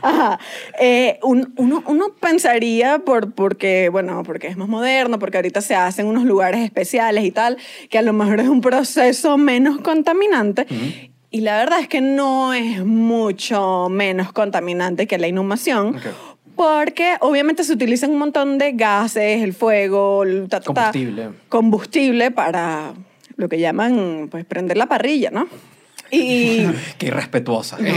S1: Ajá. Eh, un- uno, uno pensaría, por, porque, bueno, porque es más moderno, porque ahorita se hacen unos lugares especiales y tal, que a lo mejor es un proceso menos contaminante. Y la verdad es que no es mucho menos contaminante que la inhumación.
S3: Ok.
S1: Porque obviamente se utilizan un montón de gases, el fuego, el ta, ta, ta,
S3: Combustible.
S1: combustible para lo que llaman, pues, prender la parrilla, ¿no? Y
S3: Qué irrespetuosa.
S1: No,
S2: Es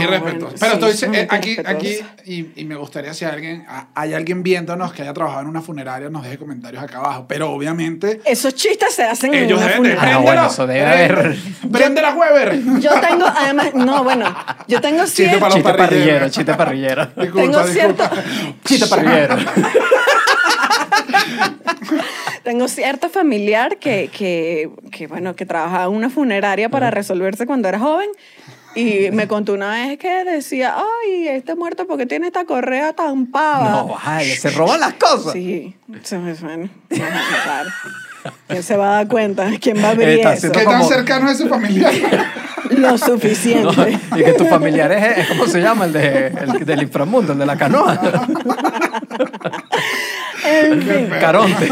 S1: bueno,
S2: irrespetuoso. Pero
S1: sí,
S2: estoy,
S1: es muy
S2: eh, aquí, aquí
S1: irrespetuoso.
S2: y, y me gustaría si alguien, a- hay alguien viéndonos que haya trabajado en una funeraria, nos deje comentarios acá abajo. Pero obviamente,
S1: esos chistes se hacen en
S2: ellos
S1: una
S2: deben de.
S1: funeraria.
S3: Ah, no, bueno, eso debe haber.
S2: ¡Prende la Weber!
S1: Yo tengo, además, no, bueno, yo tengo
S2: Chiste
S1: cierto...
S2: para los
S3: Chiste parrillero,
S2: parrilleros.
S3: chiste parrillero.
S2: Disculpa,
S1: Tengo
S2: disculpa.
S3: Chiste parrillero.
S1: Tengo cierto familiar que, que, que, bueno, que trabajaba en una funeraria para resolverse cuando era joven. Y me contó una vez que decía, ay, este muerto porque tiene esta correa tan pava.
S3: No, vale, se roban las cosas.
S1: Sí, se me suena. Claro. ¿Quién se va a dar cuenta? ¿Quién va a abrir eso?
S3: Está haciendo
S2: ¿Qué tan
S3: Como-
S2: cercano es su familiar?
S1: Lo
S3: No,
S1: suficiente.
S3: y que tu familiar es, es- ¿cómo se llama? El, de, el del inframundo, el de la canoa.
S1: En fin.
S3: Caronte.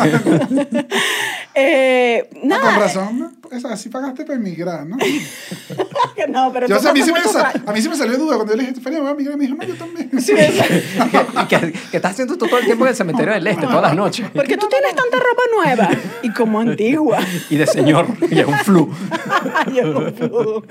S1: Eh,
S2: No, Ah, Con
S1: nada.
S2: razón, pues, así pagaste para emigrar, ¿no?
S1: No, pero
S2: Yo, o
S1: eso
S2: sea, a, mí
S1: pasa
S2: sí me
S1: mucho
S2: sa-
S1: rato.
S2: a mí sí me salió duda cuando yo le dije, Feria, voy a emigrar. Y me dijo, no, yo también.
S1: Sí, es-
S3: Y que, que estás haciendo tú todo el tiempo en el cementerio del este, todas las noches.
S1: Porque tú tienes tanta ropa nueva y como antigua.
S3: Y de señor, y es un flu.
S1: Yo no puedo.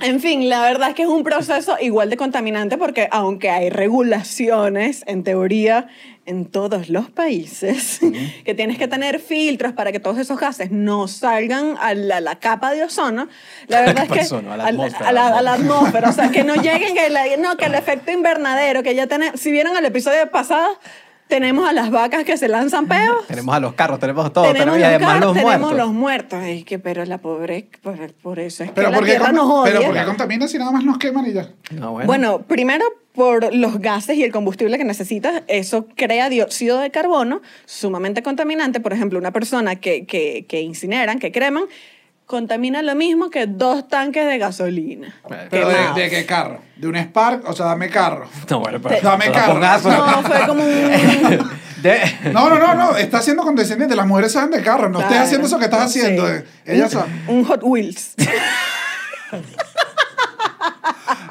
S1: en fin, la verdad es que es un proceso igual de contaminante porque aunque hay regulaciones, en teoría, en todos los países, que tienes que tener filtros para que todos esos gases no salgan a la, la capa de ozono, la verdad es
S3: capa
S1: que...
S3: de ozono, a la
S1: al-
S3: atmósfera,
S1: a la-
S3: ¿no?
S1: a la atmósfera, o sea, que no lleguen, que, la- no, que el efecto invernadero, que ya tenemos... Si vieron el episodio pasado, tenemos a las vacas que se lanzan peos
S3: Tenemos a los carros, tenemos todo, tenemos,
S1: tenemos
S3: y
S1: los
S3: además
S1: carros,
S3: los
S1: tenemos
S3: muertos.
S1: los muertos. Es que, pero la pobre, por, por eso es
S2: Pero
S1: que la
S2: porque,
S1: tierra
S2: con-
S1: nos odia.
S2: pero porque contamina si nada más nos queman y ya.
S3: No,
S1: bueno. primero por los gases y el combustible que necesitas, eso crea dióxido de carbono sumamente contaminante. Por ejemplo, una persona que, que, que incineran, que creman, contamina lo mismo que dos tanques de gasolina.
S3: Pero
S2: Pero
S1: quemados.
S2: de, ¿de qué carro? ¿De un Spark? O sea, dame carro.
S3: No, bueno, pero.
S2: Dame
S3: pero
S2: carro.
S3: pongas-
S1: No, fue como un...
S3: De-
S2: No, no, no, no. Está siendo condescendiente. Las mujeres saben de carro. No estés
S1: Claro.
S2: haciendo eso que estás
S1: Sí.
S2: haciendo. eh. Ellas saben.
S1: un Hot Wheels.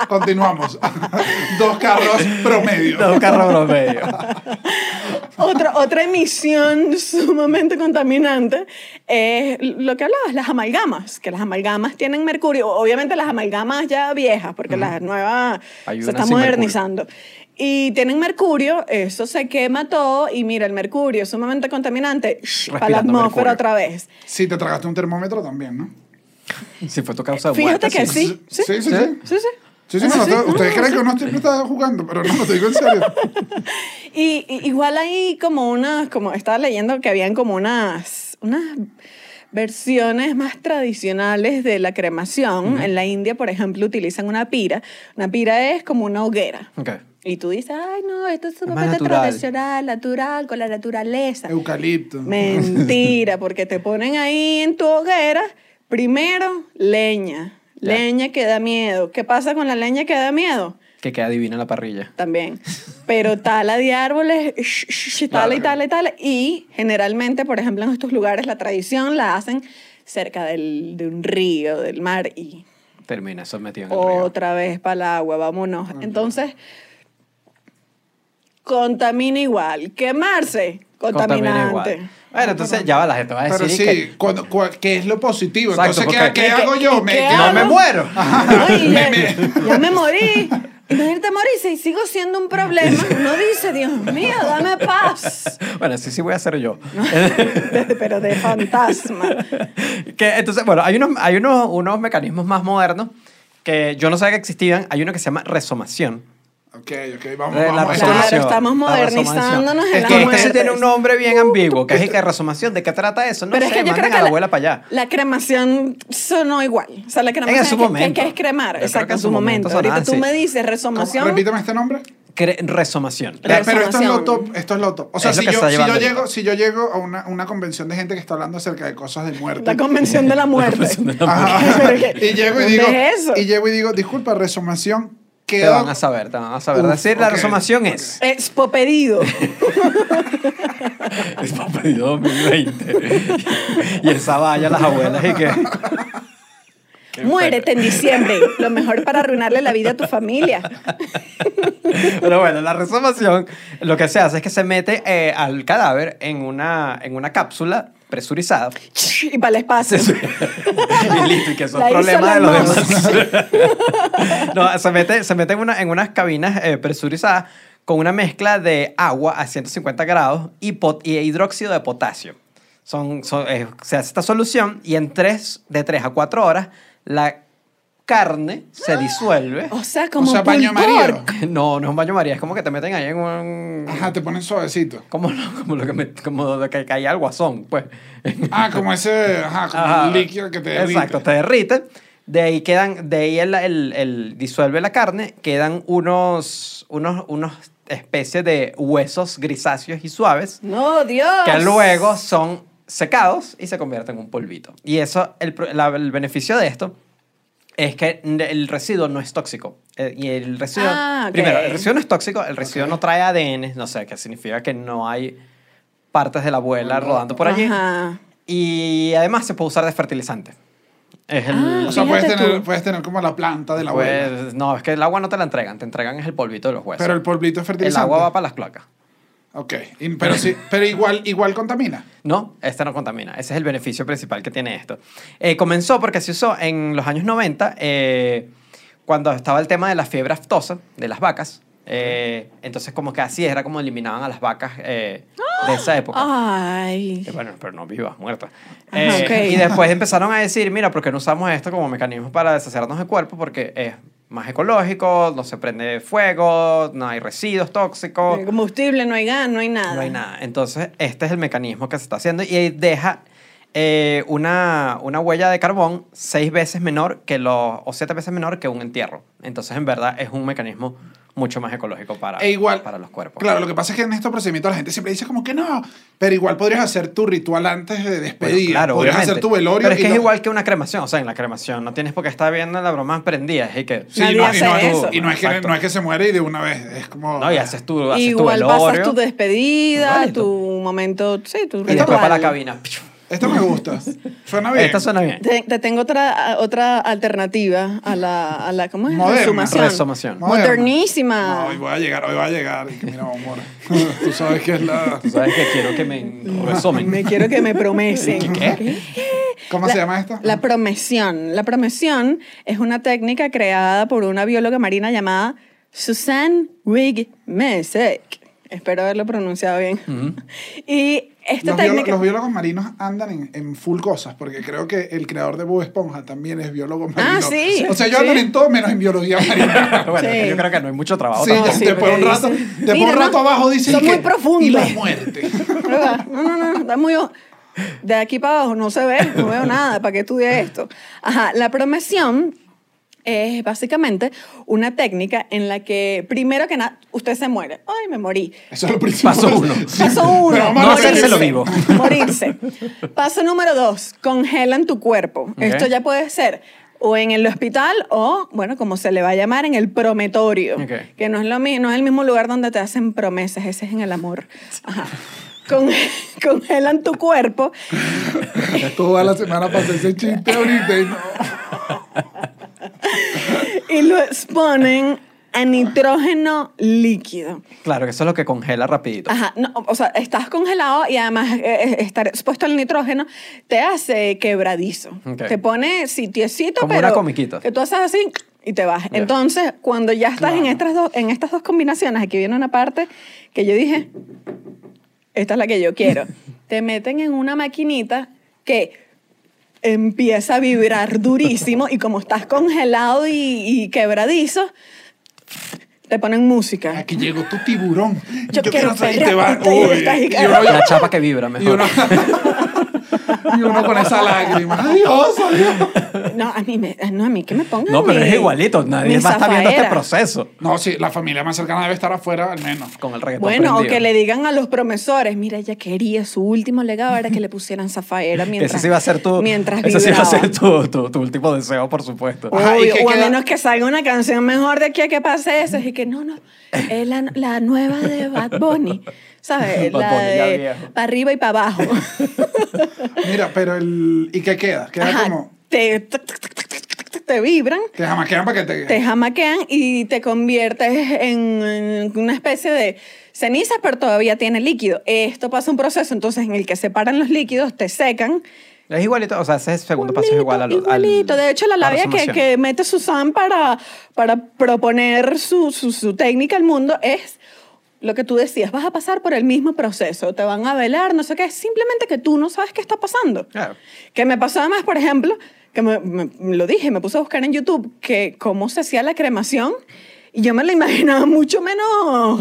S2: Continuamos. Dos carros promedio.
S3: de un carro promedio.
S1: Otra, otra emisión sumamente contaminante es lo que hablabas, las amalgamas, que las amalgamas tienen mercurio, obviamente las amalgamas ya viejas, porque las nuevas
S3: Hay
S1: se
S3: unas
S1: están
S3: sin
S1: modernizando. Y tienen mercurio, eso se quema todo y mira, el mercurio es sumamente contaminante shh, para la
S3: Respirando mercurio.
S1: atmósfera otra vez.
S2: Sí, te tragaste un termómetro también, ¿no?
S3: Si fue tu causa de muerte.
S1: Fíjate que sí. Sí,
S2: Sí, sí, sí.
S1: sí, sí.
S2: Sí, sí,
S1: Ah,
S2: no,
S1: sí.
S2: no, Ustedes
S1: Ah,
S2: creen
S1: sí.
S2: que uno siempre está jugando, pero no, lo digo en serio.
S1: Y, y- igual hay como unas, como estaba leyendo que habían como unas, unas versiones más tradicionales de la cremación. En la India, por ejemplo, utilizan una pira. Una pira es como una hoguera.
S3: Ok.
S1: Y tú dices, ay, no, esto es
S3: más
S1: sumamente
S3: natural.
S1: tradicional, natural, con la naturaleza.
S2: Eucalipto.
S1: Mentira, porque te ponen ahí en tu hoguera, primero, leña.
S3: Ya.
S1: Leña que da miedo. ¿Qué pasa con la leña que da miedo?
S3: Que queda divina la parrilla.
S1: también. Pero tala de árboles, sh- sh- sh- tala y
S3: Claro.
S1: tala y tala. Y generalmente, por ejemplo, en estos lugares la tradición la hacen cerca del, de un río, del mar y
S3: Termina eso metido en el río.
S1: otra vez para el agua, vámonos. Entonces, contamina igual. Quemarse,
S3: Contamina
S1: contaminante.
S3: igual. Bueno, entonces ya va la gente. Va a
S2: Pero
S3: decir
S2: sí,
S3: que.
S2: cuando, cua- ¿qué es lo positivo?
S3: Exacto,
S2: Entonces, ¿qué,
S3: porque-
S2: qué hago yo?
S1: ¿Qué-
S2: Me,
S1: qué
S2: que-
S3: ¡No
S1: hago?
S3: me muero!
S1: Ay, ya,
S2: Me-
S1: ya me morí. Imagínate morirse y sigo siendo un problema. Uno dice, Dios mío, dame paz.
S3: Bueno, sí, sí voy a hacer yo.
S1: De- pero de fantasma.
S3: que, entonces, bueno, hay, unos, hay unos, unos mecanismos más modernos que yo no sabía que existían. Hay uno que se llama resomación.
S2: Ok, ok, vamos,
S3: Re- la
S2: vamos.
S1: Claro,
S2: Esto no-
S3: resomación.
S1: estamos
S3: La resomación.
S1: modernizándonos en
S3: Es
S1: las
S3: que este sí
S1: muertes.
S3: tiene un nombre bien ambiguo, que es que resomación. ¿De qué trata eso? No
S1: pero
S3: sé,
S1: es que yo
S3: manden
S1: creo
S3: a
S1: que
S3: la
S1: la,
S3: abuela para allá.
S1: la cremación sonó igual. O sea, la cremación
S3: su
S1: es que-
S3: momento.
S1: Que, que es cremar.
S3: Yo creo
S1: Exacto,
S3: que
S1: en su momento.
S3: sonaba
S1: Ahorita tú
S3: así.
S1: me dices
S2: ¿Cómo?
S1: resomación.
S2: Repítame este nombre.
S3: Cre- resomación.
S2: Eh, Pero esto es lo
S1: Resonación.
S2: top, esto es lo top. O sea,
S3: Es lo
S2: si
S3: que
S2: yo,
S3: está
S2: si yo
S3: llevando.
S2: llego, si yo llego a una, una convención de gente que está hablando acerca de cosas de muerte.
S1: La convención de la muerte.
S2: Ajá.
S1: Pero que-
S2: y llego y
S1: ¿dónde
S2: digo,
S1: es eso?
S2: y llego y digo, disculpa, resomación
S3: Te
S2: quedó.
S3: van a saber, te van a saber.
S2: Uf,
S3: decir, la
S2: ok,
S3: resomación es...
S1: Expo pedido.
S3: Es para pedido 2020. y esa valla las abuelas y que...
S1: Muérete en diciembre. Lo mejor para arruinarle la vida a tu familia.
S3: Pero bueno, la resomación lo que se hace es que se mete eh, al cadáver en una, en una cápsula presurizada.
S1: Y para el espacio.
S3: y listo, y que son
S1: La hizo
S3: problemas de los
S1: Elon
S3: demás. no, se mete, se mete en, una- en unas cabinas eh, presurizadas con una mezcla de agua a 150 grados y, pot- y hidróxido de potasio. Son, son- eh, se hace esta solución y en tres, de 3 a 4 horas la carne se disuelve.
S1: O sea, como
S2: O sea,
S1: pulled
S2: baño amarillo.
S1: pork.
S3: No, no es un baño María, es como que te meten ahí en un...
S2: Ajá, te ponen suavecito.
S3: Como, lo- como lo que me- como lo que caía al guasón, pues.
S2: Ah, como ese ajá, como
S3: Ajá.
S2: un líquido que te derrite.
S3: Exacto, te derrite. De ahí quedan, de ahí el, el- el- disuelve la carne, quedan unos, unos, unos especies de huesos grisáceos y suaves
S1: No, Dios.
S3: que luego son secados y se convierten en un polvito. Y eso, el, pro- la- el beneficio de esto es que el residuo no es tóxico. Eh, Y el residuo,
S1: Ah, ok.
S3: primero, el residuo no es tóxico, el residuo no trae ADN, no sé, que significa que no hay partes de la abuela rodando por allí.
S1: Ajá.
S3: Y además se puede usar de fertilizante. Es el...
S1: Ah,
S2: O sea, puedes
S1: Fíjate
S2: tener,
S1: tú.
S2: puedes tener como la planta de la
S3: pues,
S2: abuela.
S3: no, es que el agua no te la entregan, te entregan es el polvito de los huesos.
S2: pero el polvito es
S3: pues, el
S2: fertilizante.
S3: agua va para las cloacas.
S2: Ok, y- pero, sí, pero igual, igual contamina.
S3: No, este no contamina. Ese es el beneficio principal que tiene esto. Eh, comenzó porque se usó en los años 90, eh, cuando estaba el tema de la fiebre aftosa de las vacas. Eh, entonces, como que así era como eliminaban a las vacas eh, de esa época.
S1: ¡Ah! Ay.
S3: Eh, Bueno, pero no vivas, muertas.
S1: Ajá,
S3: Eh,
S1: ok.
S3: Y después empezaron a decir, mira, ¿por qué no usamos esto como mecanismo para deshacernos del cuerpo? Porque es más ecológico, no se prende fuego, no hay residuos
S1: No
S3: tóxicos,
S1: hay combustible, no hay gas, no hay nada.
S3: no hay nada. Entonces, este es el mecanismo que se está haciendo y deja eh, una, una huella de carbón seis veces menor que los, o siete veces menor que un entierro. Entonces, en verdad, es un mecanismo mucho más ecológico para,
S2: E igual.
S3: para los cuerpos.
S2: Claro, lo que pasa es que en estos procedimientos la gente siempre dice como que no, pero igual podrías hacer tu ritual antes de
S3: Bueno,
S2: despedir.
S3: claro,
S2: podrías
S3: obviamente.
S2: hacer tu velorio.
S3: Pero es
S2: y
S3: que es
S2: lo-
S3: igual que una cremación. O sea, en la cremación no tienes por qué estar viendo la broma prendida. Es que.
S2: Sí,
S1: Nadie
S2: no, y
S1: hace
S2: no,
S1: eso.
S2: y no es que,
S3: Exacto.
S2: no es que se muere y de una vez. Es como.
S3: No, y haces tu, haces tu
S1: Igual
S3: velorio.
S1: pasas tu despedida,
S3: Igualito.
S1: tu momento, sí, tu
S3: Y
S1: ritual.
S3: después para la cabina. Piu.
S2: Esto me gusta. Suena bien.
S3: Esta suena bien.
S1: Te, te tengo otra, otra alternativa a la, a la ¿cómo es?
S2: Moderna.
S1: Resumación.
S3: Resumación.
S2: Moderna.
S1: Modernísima.
S2: No, hoy voy a llegar, hoy voy a llegar. Y que mira, amor. Tú sabes que es la.
S3: Tú sabes que quiero que me resumen.
S1: Me quiero que me promesen.
S3: ¿Qué?
S2: ¿Cómo se llama esto?
S1: La promesión. La promesión es una técnica creada por una bióloga marina llamada Suzanne Wig Mesek. Espero haberlo pronunciado bien. Y esta
S2: Los, biólo-
S1: técnica.
S2: los biólogos marinos andan en, en full cosas, porque creo que el creador de Bob Esponja también es biólogo marino.
S1: Ah, sí,
S2: O sea, yo ando
S1: sí.
S2: en todo menos en biología marina.
S3: bueno, es que
S1: Sí.
S3: yo creo que no hay mucho trabajo.
S2: Sí,
S3: tampoco.
S1: sí,
S2: después un
S1: porque
S2: rato,
S1: dicen,
S2: después
S1: "Mira,
S2: un
S1: no,
S2: rato abajo dicen
S1: son
S2: que,
S1: muy profundos".
S2: y la muerte.
S1: Prueba. No, no, no, está muy... De aquí para abajo no se ve, no veo nada, ¿para qué estudié esto? Ajá, la promesión es básicamente una técnica en la que primero que nada, usted se muere. Ay, me morí.
S2: Eso es lo principal.
S3: Paso uno.
S1: Paso uno.
S2: Pero vamos a
S3: No
S2: repetir.
S3: hacérselo vivo.
S1: Morirse. Paso número dos, congelan tu cuerpo. Esto ya puede ser o en el hospital o, bueno, como se le va a llamar, en el prometorio.
S3: Ok.
S1: Que no es, lo, mi- no es el mismo lugar donde te hacen promesas, ese es en el amor. Ajá. Con- congelan tu cuerpo
S2: Toda la semana pasé ese chiste ahorita y no.
S1: y lo exponen a nitrógeno líquido.
S3: Claro, que eso es lo que congela rapidito.
S1: Ajá, no, o sea, estás congelado y además eh, eh, estar expuesto al nitrógeno te hace quebradizo.
S3: Ok.
S1: Te pone sitiecito,
S3: Como
S1: pero
S3: una comiquita.
S1: que tú haces así y te vas. Entonces, cuando ya estás en, estas dos, en estas dos combinaciones, aquí viene una parte que yo dije, esta es la que yo quiero. te meten en una maquinita que empieza a vibrar durísimo y como estás congelado y, y quebradizo, te ponen música.
S2: Aquí llegó tu tiburón.
S1: Yo quiero
S2: saber- y
S1: perrear
S2: te va.
S1: contigo,
S2: Uy,
S1: estás-
S2: y
S3: La chapa que vibra
S2: Y
S3: mejor.
S2: uno, y uno con esa lágrima. Adiós, adiós.
S1: No, a mí, me, ah, no, a mí que me pongan.
S3: No, pero
S1: mi-
S3: es igualito. Nadie
S1: mi
S3: más está viendo este
S1: zafaera.
S3: proceso.
S2: No, sí, la familia más cercana debe estar afuera al menos.
S3: Con el reggaetón
S1: Bueno, o
S3: prendido.
S1: que le digan a los promesores, mira, ella quería su último legado era que le pusieran zafaera mientras.
S3: ese sí va a ser tu,
S1: Mientras
S3: ese sí va a
S1: vibraba.
S3: ser tu, tu, tu último deseo, por supuesto.
S2: Ajá, ¿y
S1: Obvio,
S2: qué
S1: o a
S2: queda?
S1: menos que salga una canción mejor de aquí a que pase eso. Y que no, no, es la, la nueva de Bad Bunny. ¿Sabes?
S3: Bad
S1: la
S3: Bunny, ya
S1: de
S3: viejo.
S1: para arriba y para abajo.
S2: Mira, pero el. ¿Y qué queda? Queda
S1: Ajá,
S2: como.
S1: te, tac, tac, tac, tac, tac, tac, te vibran.
S2: Te jamás quedan para que te.
S1: te jamaquean y te conviertes en, en una especie de cenizas, pero todavía tiene líquido. Esto pasa un proceso entonces en el que separan los líquidos, te secan.
S3: Es igualito, o sea, ese segundo paso es igual al, al-
S1: Igualito. De hecho, la
S3: a
S1: labia que,
S3: resumación.
S1: que mete Susan para, para proponer su, su, su técnica al mundo es lo que tú decías. Vas a pasar por el mismo proceso. Te van a velar, no sé qué. Es simplemente que tú no sabes qué está pasando.
S3: Claro.
S1: Que me pasó además, por ejemplo, que me, me- lo dije, me puse a buscar en YouTube que cómo se hacía la cremación y yo me la imaginaba mucho menos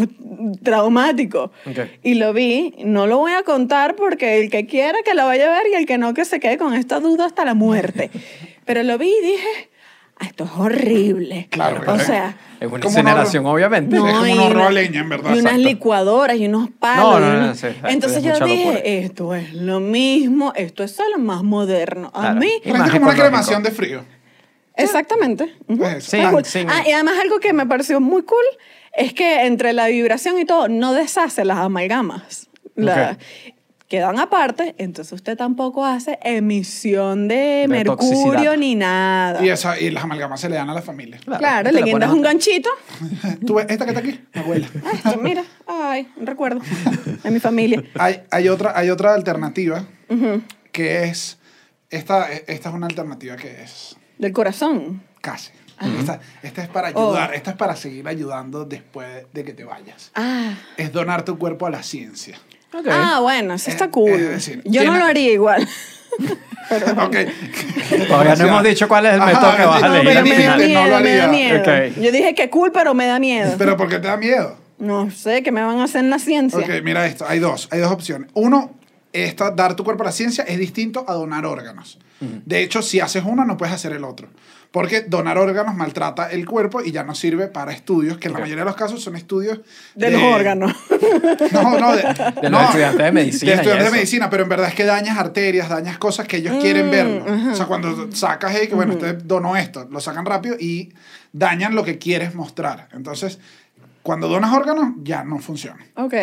S1: traumático.
S3: Ok.
S1: Y lo vi, no lo voy a contar porque el que quiera que lo vaya a ver y el que no que se quede con esta duda hasta la muerte. Pero lo vi y dije, "Ah, esto es horrible.
S2: Claro,
S1: o
S2: claro.
S1: sea,
S3: Es
S2: Como
S3: una
S2: no-
S3: incineración, obviamente.
S2: Es como
S1: y
S2: un horror a
S1: una-
S2: leña, en verdad,
S1: Y unas
S2: exacto.
S1: licuadoras y unos palos. y
S3: No, no, no,
S1: unos-
S3: sí, exacto,
S1: Entonces
S3: es
S1: yo
S3: mucha
S1: dije,
S3: locura.
S1: esto es lo mismo, esto es lo más moderno. A
S3: Claro.
S1: mí...
S3: Y
S2: Parece
S3: más
S2: como una
S3: económico.
S2: cremación de frío.
S1: Exactamente. Ujú.
S2: Pues,
S3: Eh, Sí,
S1: Está cool.
S3: sí.
S1: Ah, y además algo que me pareció muy cool es que entre la vibración y todo no deshace las amalgamas. La-
S3: Ok.
S1: Quedan aparte, entonces usted tampoco hace emisión de,
S3: De
S1: mercurio
S3: toxicidad.
S1: ni nada.
S2: Y, eso, y las amalgamas se le dan a la familia.
S1: Claro,
S3: te
S1: le
S3: la
S1: guindas
S3: pones
S1: un
S3: otra.
S1: ganchito.
S2: Tú ves, esta que está aquí, mi abuela.
S1: Ah, esto, mira, ay, un recuerdo de mi familia.
S2: Hay, hay, otra, hay otra alternativa que es. Esta, esta es una alternativa que es
S1: Del corazón.
S2: casi. Esta, esta es para
S1: Oh.
S2: ayudar, esta es para seguir ayudando después de que te vayas.
S1: Ah,
S2: Es donar tu cuerpo a la ciencia.
S3: Ok.
S1: ah bueno, eso está
S2: Eh,
S1: cool.
S2: es decir,
S1: Yo no
S2: llena-
S1: lo haría igual.
S2: Ok.
S3: Todavía no hemos dicho cuál es el
S2: Ajá,
S3: método que vas a
S2: no,
S3: leer.
S2: pero
S3: al
S2: me da
S3: final.
S2: miedo. no lo haría.
S3: Ok.
S1: Yo dije que cool, pero me da miedo.
S2: Pero ¿por qué te da miedo?
S1: No sé, ¿qué me van a hacer en la ciencia?
S2: Ok, mira esto. Hay dos, hay dos opciones. Uno, esta, dar tu cuerpo a la ciencia es distinto a donar órganos. De hecho, si haces uno, no puedes hacer el otro. Porque donar órganos maltrata el cuerpo y ya no sirve para estudios, que en
S3: Ok.
S2: la mayoría de los casos son estudios...
S1: De
S2: de-
S1: los órganos.
S2: No, no, de,
S3: De
S2: no,
S3: los estudiantes de medicina.
S2: de estudiantes
S3: y
S2: de
S3: eso.
S2: medicina, pero en verdad es que dañas arterias, dañas cosas que ellos quieren verlo. O sea, cuando sacas, hey, que bueno, usted donó esto, lo sacan rápido y dañan lo que quieres mostrar. Entonces, cuando donas órganos, ya no funciona.
S1: Ok.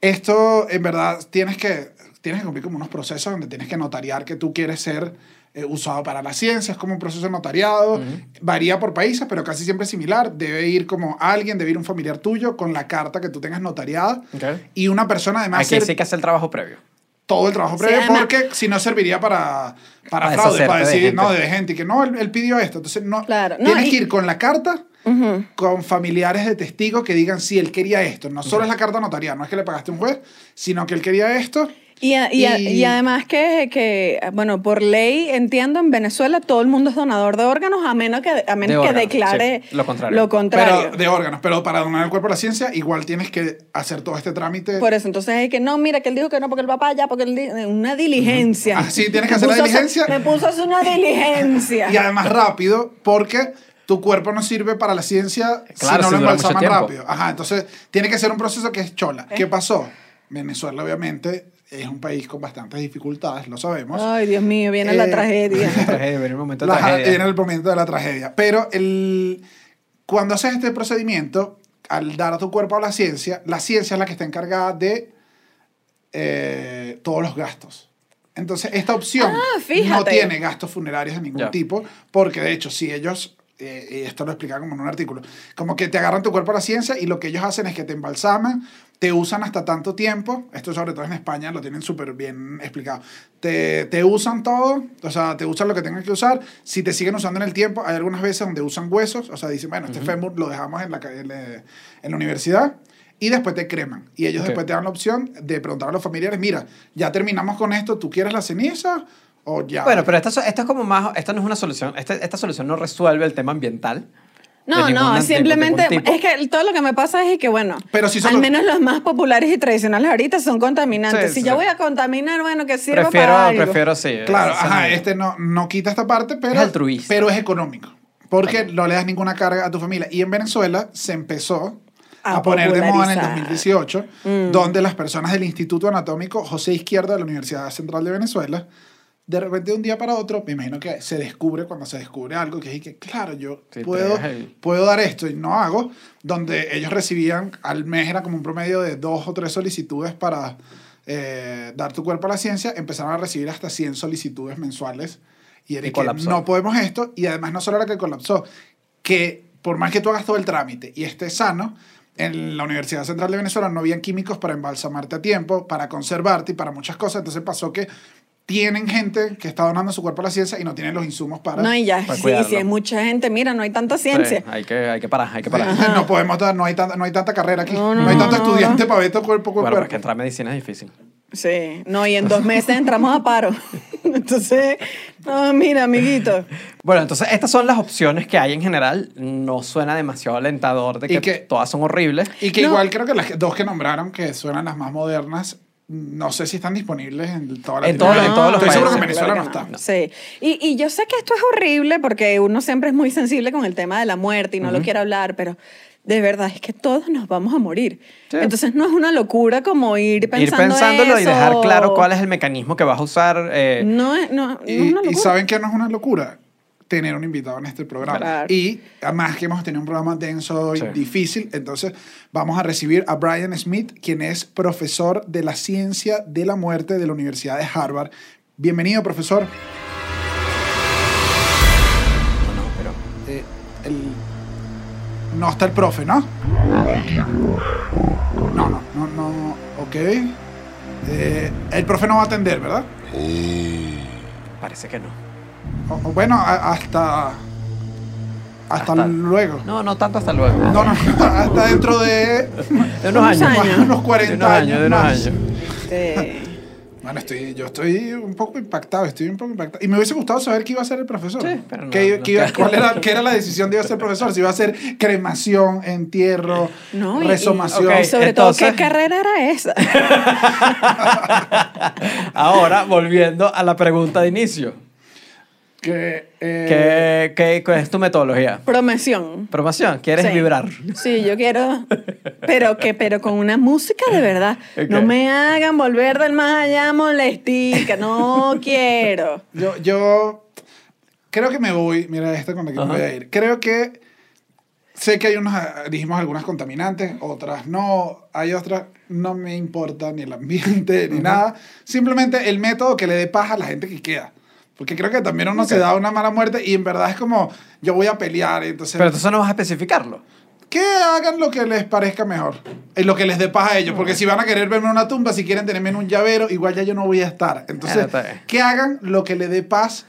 S2: Esto, en verdad, tienes que, tienes que cumplir como unos procesos donde tienes que notariar que tú quieres ser eh, usado para la ciencia. Es como un proceso notariado. Varía por países, pero casi siempre es similar. Debe ir como alguien, debe ir un familiar tuyo con la carta que tú tengas notariada.
S3: Ok.
S2: Y una persona además
S3: Aquí
S2: hacer
S3: sí que hace el trabajo previo.
S2: todo el trabajo
S1: Sí,
S2: previo
S1: además-
S2: porque si no serviría para, para
S3: Para
S2: fraude, para
S3: deshacerte de
S2: decir,
S3: gente.
S2: no, de gente, que no, él, él pidió esto. Entonces, no,
S1: Claro, no,
S2: tienes
S1: y-
S2: que ir con la carta,
S1: Ujú.
S2: con familiares de testigos que digan, sí, él quería esto. No solo es la carta notaria, no es que le pagaste a un juez, sino que él quería esto.
S1: Y, a- y a-
S2: Y-
S1: y además que, que, bueno, por ley, entiendo, en Venezuela todo el mundo es donador de órganos a menos que, a menos que
S3: órganos,
S1: declare
S3: sí, lo contrario.
S1: lo contrario.
S2: Pero de órganos, pero para donar el cuerpo a la ciencia, igual tienes que hacer todo este trámite.
S1: Por eso, entonces es que no, mira, que él dijo que no, porque el papá ya, porque él di- eh, una diligencia.
S2: Ah, sí, tienes que
S1: Me
S2: hacer la
S1: puso a
S2: diligencia.
S1: Me puso a hacer una diligencia.
S2: Y además rápido, porque tu cuerpo no sirve para la ciencia si
S3: Claro, si
S2: no lo
S3: dura mucho
S2: embalsaman
S3: tiempo.
S2: rápido. Ajá, entonces tiene que ser un proceso que es chola.
S1: Eh.
S2: ¿Qué pasó? Venezuela, obviamente, es un país con bastantes dificultades, lo sabemos.
S1: Ay, Dios mío, viene la
S2: Eh,
S1: tragedia.
S3: Tragedia, viene el momento de
S2: La-
S3: tragedia.
S2: Viene el momento de la tragedia. Pero el, cuando haces este procedimiento, al dar tu cuerpo a la ciencia, la ciencia es la que está encargada de eh, todos los gastos. Entonces, esta opción
S1: Ah, fíjate.
S2: no tiene gastos funerarios de ningún
S3: Ya.
S2: tipo, porque de hecho, si ellos, eh, y esto lo explicaba como en un artículo, como que te agarran tu cuerpo a la ciencia y lo que ellos hacen es que te embalsaman, te usan hasta tanto tiempo, esto sobre todo en España lo tienen súper bien explicado, te, te usan todo, o sea, te usan lo que tengan que usar, si te siguen usando en el tiempo, hay algunas veces donde usan huesos, o sea, dicen, bueno, este fémur lo dejamos en la, ca- en la- en la universidad. Y después te creman. Y ellos
S3: Ok.
S2: después te dan la opción de preguntar a los familiares, mira, ya terminamos con esto, ¿tú quieres la ceniza? O ya.
S3: Bueno, pero esta, so- esta es como más. Esta no es una solución. Esta, esta solución no resuelve el tema ambiental.
S1: No,
S3: de ningún-
S1: no,
S3: de
S1: simplemente
S3: ningún tipo.
S1: es que todo lo que me pasa es que, bueno,
S2: Pero sí son
S1: al
S2: los-
S1: menos los más populares y tradicionales ahorita son contaminantes.
S3: Sí,
S1: si
S3: sí.
S1: yo voy a contaminar, bueno, que sirva para
S3: Prefiero,
S1: algo.
S3: prefiero sí.
S2: Claro,
S3: esa
S2: ajá,
S3: no-
S2: este no, no quita esta parte, pero
S3: Es altruista.
S2: pero es económico. Porque no le das ninguna carga a tu familia. Y en Venezuela se empezó a,
S1: A
S2: poner de moda en el
S1: popularizar. Mm.
S2: 2018, donde las personas del Instituto Anatómico José Izquierdo de la Universidad Central de Venezuela, de repente de un día para otro, me imagino que se descubre cuando se descubre algo, que es y que, claro, yo
S3: Sí,
S2: puedo,
S3: pegas el-
S2: puedo dar esto y no hago, donde ellos recibían al mes era como un promedio de dos o tres solicitudes para eh, dar tu cuerpo a la ciencia, empezaron a recibir hasta 100 solicitudes mensuales y era
S3: Y
S2: y que
S3: colapsó.
S2: no podemos esto y además no solo era que colapsó, que por más que tú hagas todo el trámite y estés sano, en la Universidad Central de Venezuela no habían químicos para embalsamarte a tiempo, para conservarte y para muchas cosas. Entonces pasó que tienen gente que está donando su cuerpo a la ciencia y no tienen los insumos para...
S1: No, y ya,
S3: Para
S1: sí,
S3: cuidarlo.
S1: sí, hay mucha gente. Mira, no hay tanta ciencia.
S3: Sí, hay, que, hay que parar, hay que parar.
S1: Ajá.
S2: no podemos dar, no hay tanta, no hay tanta carrera aquí. No,
S1: No, no,
S2: hay tanto
S1: no, no,
S2: estudiante
S1: no.
S2: para ver tu cuerpo, cuerpo.
S3: Bueno, porque entrar a medicina es difícil.
S1: Sí, no, y en dos meses entramos a paro. Entonces, no, mira, amiguito.
S3: Bueno, entonces estas son las opciones que hay en general. No suena demasiado alentador de
S2: Y
S3: que,
S2: que-
S3: todas son horribles.
S2: Y que
S1: No.
S2: igual creo que las dos que nombraron, que suenan las más modernas, no sé si están disponibles en toda la
S3: En todos los- en todos los
S2: Estoy seguro que en
S3: países,
S2: Venezuela
S1: claro
S2: no
S1: que
S2: está.
S1: Sí. Y, y yo sé que esto es horrible porque uno siempre es muy sensible con el tema de la muerte y no lo quiere hablar, pero de verdad es que todos nos vamos a morir.
S3: Sí.
S1: Entonces no es una locura como ir pensando
S3: Ir pensándolo y
S1: eso.
S3: dejar claro cuál es el mecanismo que vas a usar. eh,
S1: No es, no, no es
S2: Y,
S1: una
S2: y
S1: locura.
S2: saben que no es una locura tener un invitado en este programa.
S1: Claro.
S2: Y además que hemos tenido un programa denso y
S3: Sí.
S2: difícil, entonces vamos a recibir a Brian Smith, quien es profesor de la ciencia de la muerte de la Universidad de Harvard. Bienvenido, profesor.
S3: no, pero-
S2: Eh, el- No está el profe, ¿no? No, no, no, no. Ok. Eh, el profe no va a atender, ¿verdad?
S3: Parece que no.
S2: O- o bueno, a- hasta. Hasta
S3: Hasta-
S2: luego.
S3: No, no tanto hasta luego.
S2: No, no, hasta dentro de
S3: De unos
S1: Unos
S3: años.
S1: años.
S2: unos 40
S3: de unos años. De unos
S2: más.
S3: años.
S1: Sí.
S2: Bueno, estoy, yo estoy un poco impactado, estoy un poco impactado. Y me hubiese gustado saber qué iba a ser el profesor.
S3: Sí, pero no,
S2: ¿Qué,
S3: no
S2: qué iba-
S3: queda.
S2: cuál era, ¿Qué era la decisión de iba a ser el profesor? Si iba a ser cremación, entierro,
S1: No, y- y-
S2: resomación.
S3: ok.
S1: y sobre todo,
S3: entonces-
S1: ¿qué carrera era esa?
S3: Ahora, volviendo a la pregunta de inicio.
S2: Que, eh,
S3: ¿Qué, qué, cuál es tu metodología?
S1: Promoción.
S3: Promoción, ¿quieres
S1: Sí.
S3: vibrar?
S1: Sí, yo quiero, pero que, pero con una música de verdad.
S3: Ok.
S1: No me hagan volver del más allá molestica, no quiero.
S2: Yo, yo creo que me voy. Mira esta con la que me
S3: Ajá.
S2: voy a ir. Creo que sé que hay unos, ah, dijimos algunas contaminantes, otras no, hay otras, no me importa ni el ambiente ni nada. Simplemente el método que le dé paz a la gente que queda. Porque creo que también uno se da una mala muerte y en verdad es como, yo voy a pelear, entonces...
S3: Pero entonces no vas a especificarlo.
S2: Que hagan lo que les parezca mejor. Y lo que les dé paz a ellos. Porque si van a querer verme en una tumba, si quieren tenerme en un llavero, igual ya yo no voy a estar.
S3: Ah,
S2: Entonces,
S3: está bien.
S2: que hagan lo que le dé paz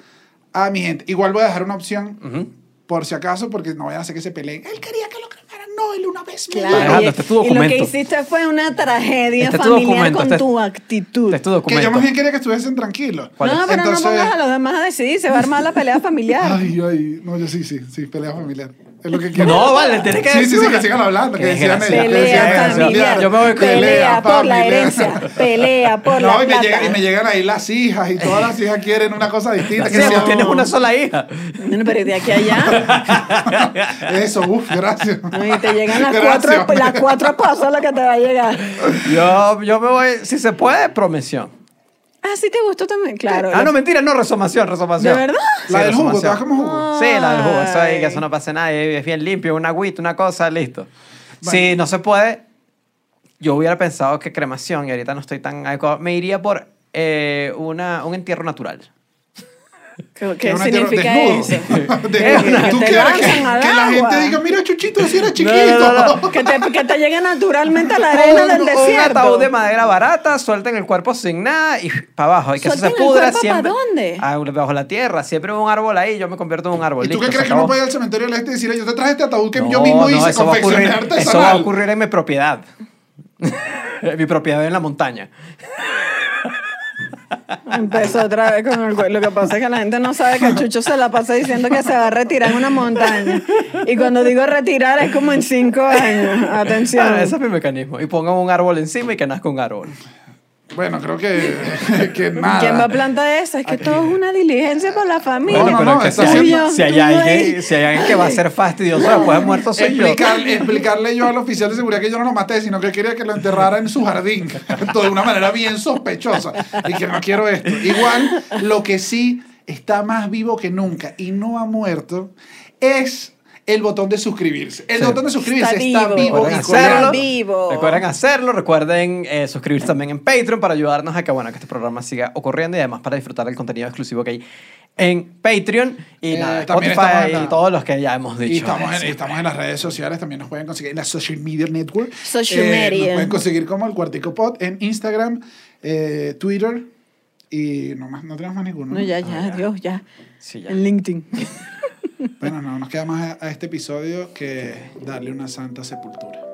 S2: a mi gente. Igual voy a dejar una opción,
S3: Ujú.
S2: por si acaso, porque no vayan a hacer que se peleen. Él quería que lo cremaran. No, él una vez me dijo.
S1: Claro,
S3: Alejandro,
S1: y,
S3: este es tu
S1: y lo
S3: documento.
S1: que hiciste fue una tragedia
S3: Este es tu
S1: familiar
S3: documento,
S1: con
S3: este es-
S1: tu actitud.
S3: Este es tu
S2: Que
S3: documento.
S2: yo más bien quería que estuviesen tranquilos.
S3: ¿Cuál
S1: no,
S3: es?
S1: pero
S2: Entonces-
S1: no pongas a los demás a decidir, se va a armar la pelea familiar.
S2: Ay, ay. No, yo sí, sí. Sí, pelea familiar. Es lo que quiero.
S3: No, vale, tienes que
S2: Sí, sí,
S3: decir
S2: sí,
S3: una.
S2: que sigan hablando. Que
S3: Qué
S2: decían
S3: desgracia.
S2: ellos, que
S3: Pelea
S2: decían
S1: Pelea
S2: ellos.
S1: familiar,
S3: Yo me voy con-
S1: pelea por la
S2: familiar.
S1: herencia, pelea por la
S2: no, y me,
S1: plata.
S2: llega- y me llegan ahí las hijas y todas las hijas quieren una cosa distinta.
S3: Así
S2: que
S3: es,
S2: sea-
S3: Tienes una sola hija.
S1: No, pero de aquí a allá,
S2: Eso, uff, gracias.
S1: no, y te llegan las
S2: Gracias.
S1: cuatro, las cuatro esposas lo que te va a llegar.
S3: Yo, yo me voy, si se puede, promisión.
S1: Ah, sí te gustó también, claro.
S3: Ah,
S1: la-
S3: no, mentira, no, resomación, resomación.
S1: ¿De verdad?
S3: Sí,
S2: La del jugo, te
S3: resomación.
S2: vas como jugo.
S3: Sí, la del jugo, eso ahí,
S1: Ay.
S3: que eso no pase nada, es bien limpio, una agüita, una cosa, listo. Si no se puede, yo hubiera pensado que cremación, y ahorita no estoy tan adecuado, me iría por eh, una, un entierro natural.
S1: ¿Qué,
S2: Es
S1: qué
S2: una tierra-
S1: significa
S2: desnudo.
S1: eso?
S2: Desnudo.
S1: Que
S2: ¿Tú
S1: te
S2: quieres que,
S1: lanzan al
S2: que la
S1: agua.
S2: gente diga, mira, Chuchito, si era chiquito?
S3: no, no.
S1: que, te, que te llegue naturalmente a la
S3: O
S1: arena
S3: un,
S1: del
S3: o un
S1: desierto.
S3: ataúd de madera barata, suelten el cuerpo sin nada y para abajo. Y que eso se
S1: ¿Sueltan el
S3: pudra
S1: cuerpo pa'
S3: siempre.
S1: dónde?
S3: Ah, bajo la tierra, siempre un árbol ahí, yo me convierto en un árbol.
S2: ¿Y tú
S3: listo,
S2: qué
S3: se
S2: crees que uno
S3: acabó.
S2: puede ir al cementerio del este y decirle, yo te traje este ataúd que
S3: No,
S2: yo mismo
S3: no,
S2: hice,
S3: eso va a ocurrir-
S2: confeccioné
S3: Eso va a
S2: artesanal?
S3: ocurrir en mi propiedad. mi propiedad en la montaña.
S1: Empezó otra vez con el güey. Lo que pasa es que la gente no sabe que Chucho se la pasa diciendo que se va a retirar en una montaña. Y cuando digo retirar es como en cinco años. Atención.
S3: Ah, ese es mi mecanismo. Y pongan un árbol encima y que nazca un árbol.
S2: Bueno, creo que, que nada.
S1: ¿Quién va a plantar eso? Es
S3: Ah,
S1: que todo es una diligencia para la familia.
S2: No, no, no,
S3: que
S2: está
S3: si, hay,
S1: haciendo-
S3: si hay
S1: tú
S3: alguien,
S1: ahí.
S3: si hay alguien que va a ser fastidioso después de muerto, soy yo.
S2: Explicar- explicarle yo al oficial de seguridad que yo no lo maté, sino que quería que lo enterrara en su jardín, de una manera bien sospechosa, y que no quiero esto. Igual, lo que sí está más vivo que nunca y no ha muerto es el botón de suscribirse. El
S3: Sí.
S2: botón de suscribirse está,
S1: Está vivo.
S2: vivo,
S3: Recuerden
S2: y
S3: hacerlo.
S2: coleando.
S1: vivo.
S3: Recuerden hacerlo. Recuerden eh, suscribirse también en Patreon para ayudarnos a que, bueno, que este programa siga ocurriendo y además para disfrutar del contenido exclusivo que hay en Patreon y
S2: Eh,
S3: nada,
S2: también
S3: Spotify
S2: estamos en la-
S3: y todos los que ya hemos dicho.
S2: Y estamos, en,
S3: Sí.
S2: y estamos en las redes sociales, también nos pueden conseguir en la Social Media Network. Eh,
S1: Social
S2: Nos
S1: media.
S2: pueden conseguir como el Cuartico Pod en Instagram, eh, Twitter y no, más, no tenemos más ninguno.
S1: No, ya, ya,
S3: ya.
S1: Dios, ya.
S3: Sí, ya.
S1: En LinkedIn.
S2: Bueno, no, nos queda más a, a este episodio que darle una santa sepultura.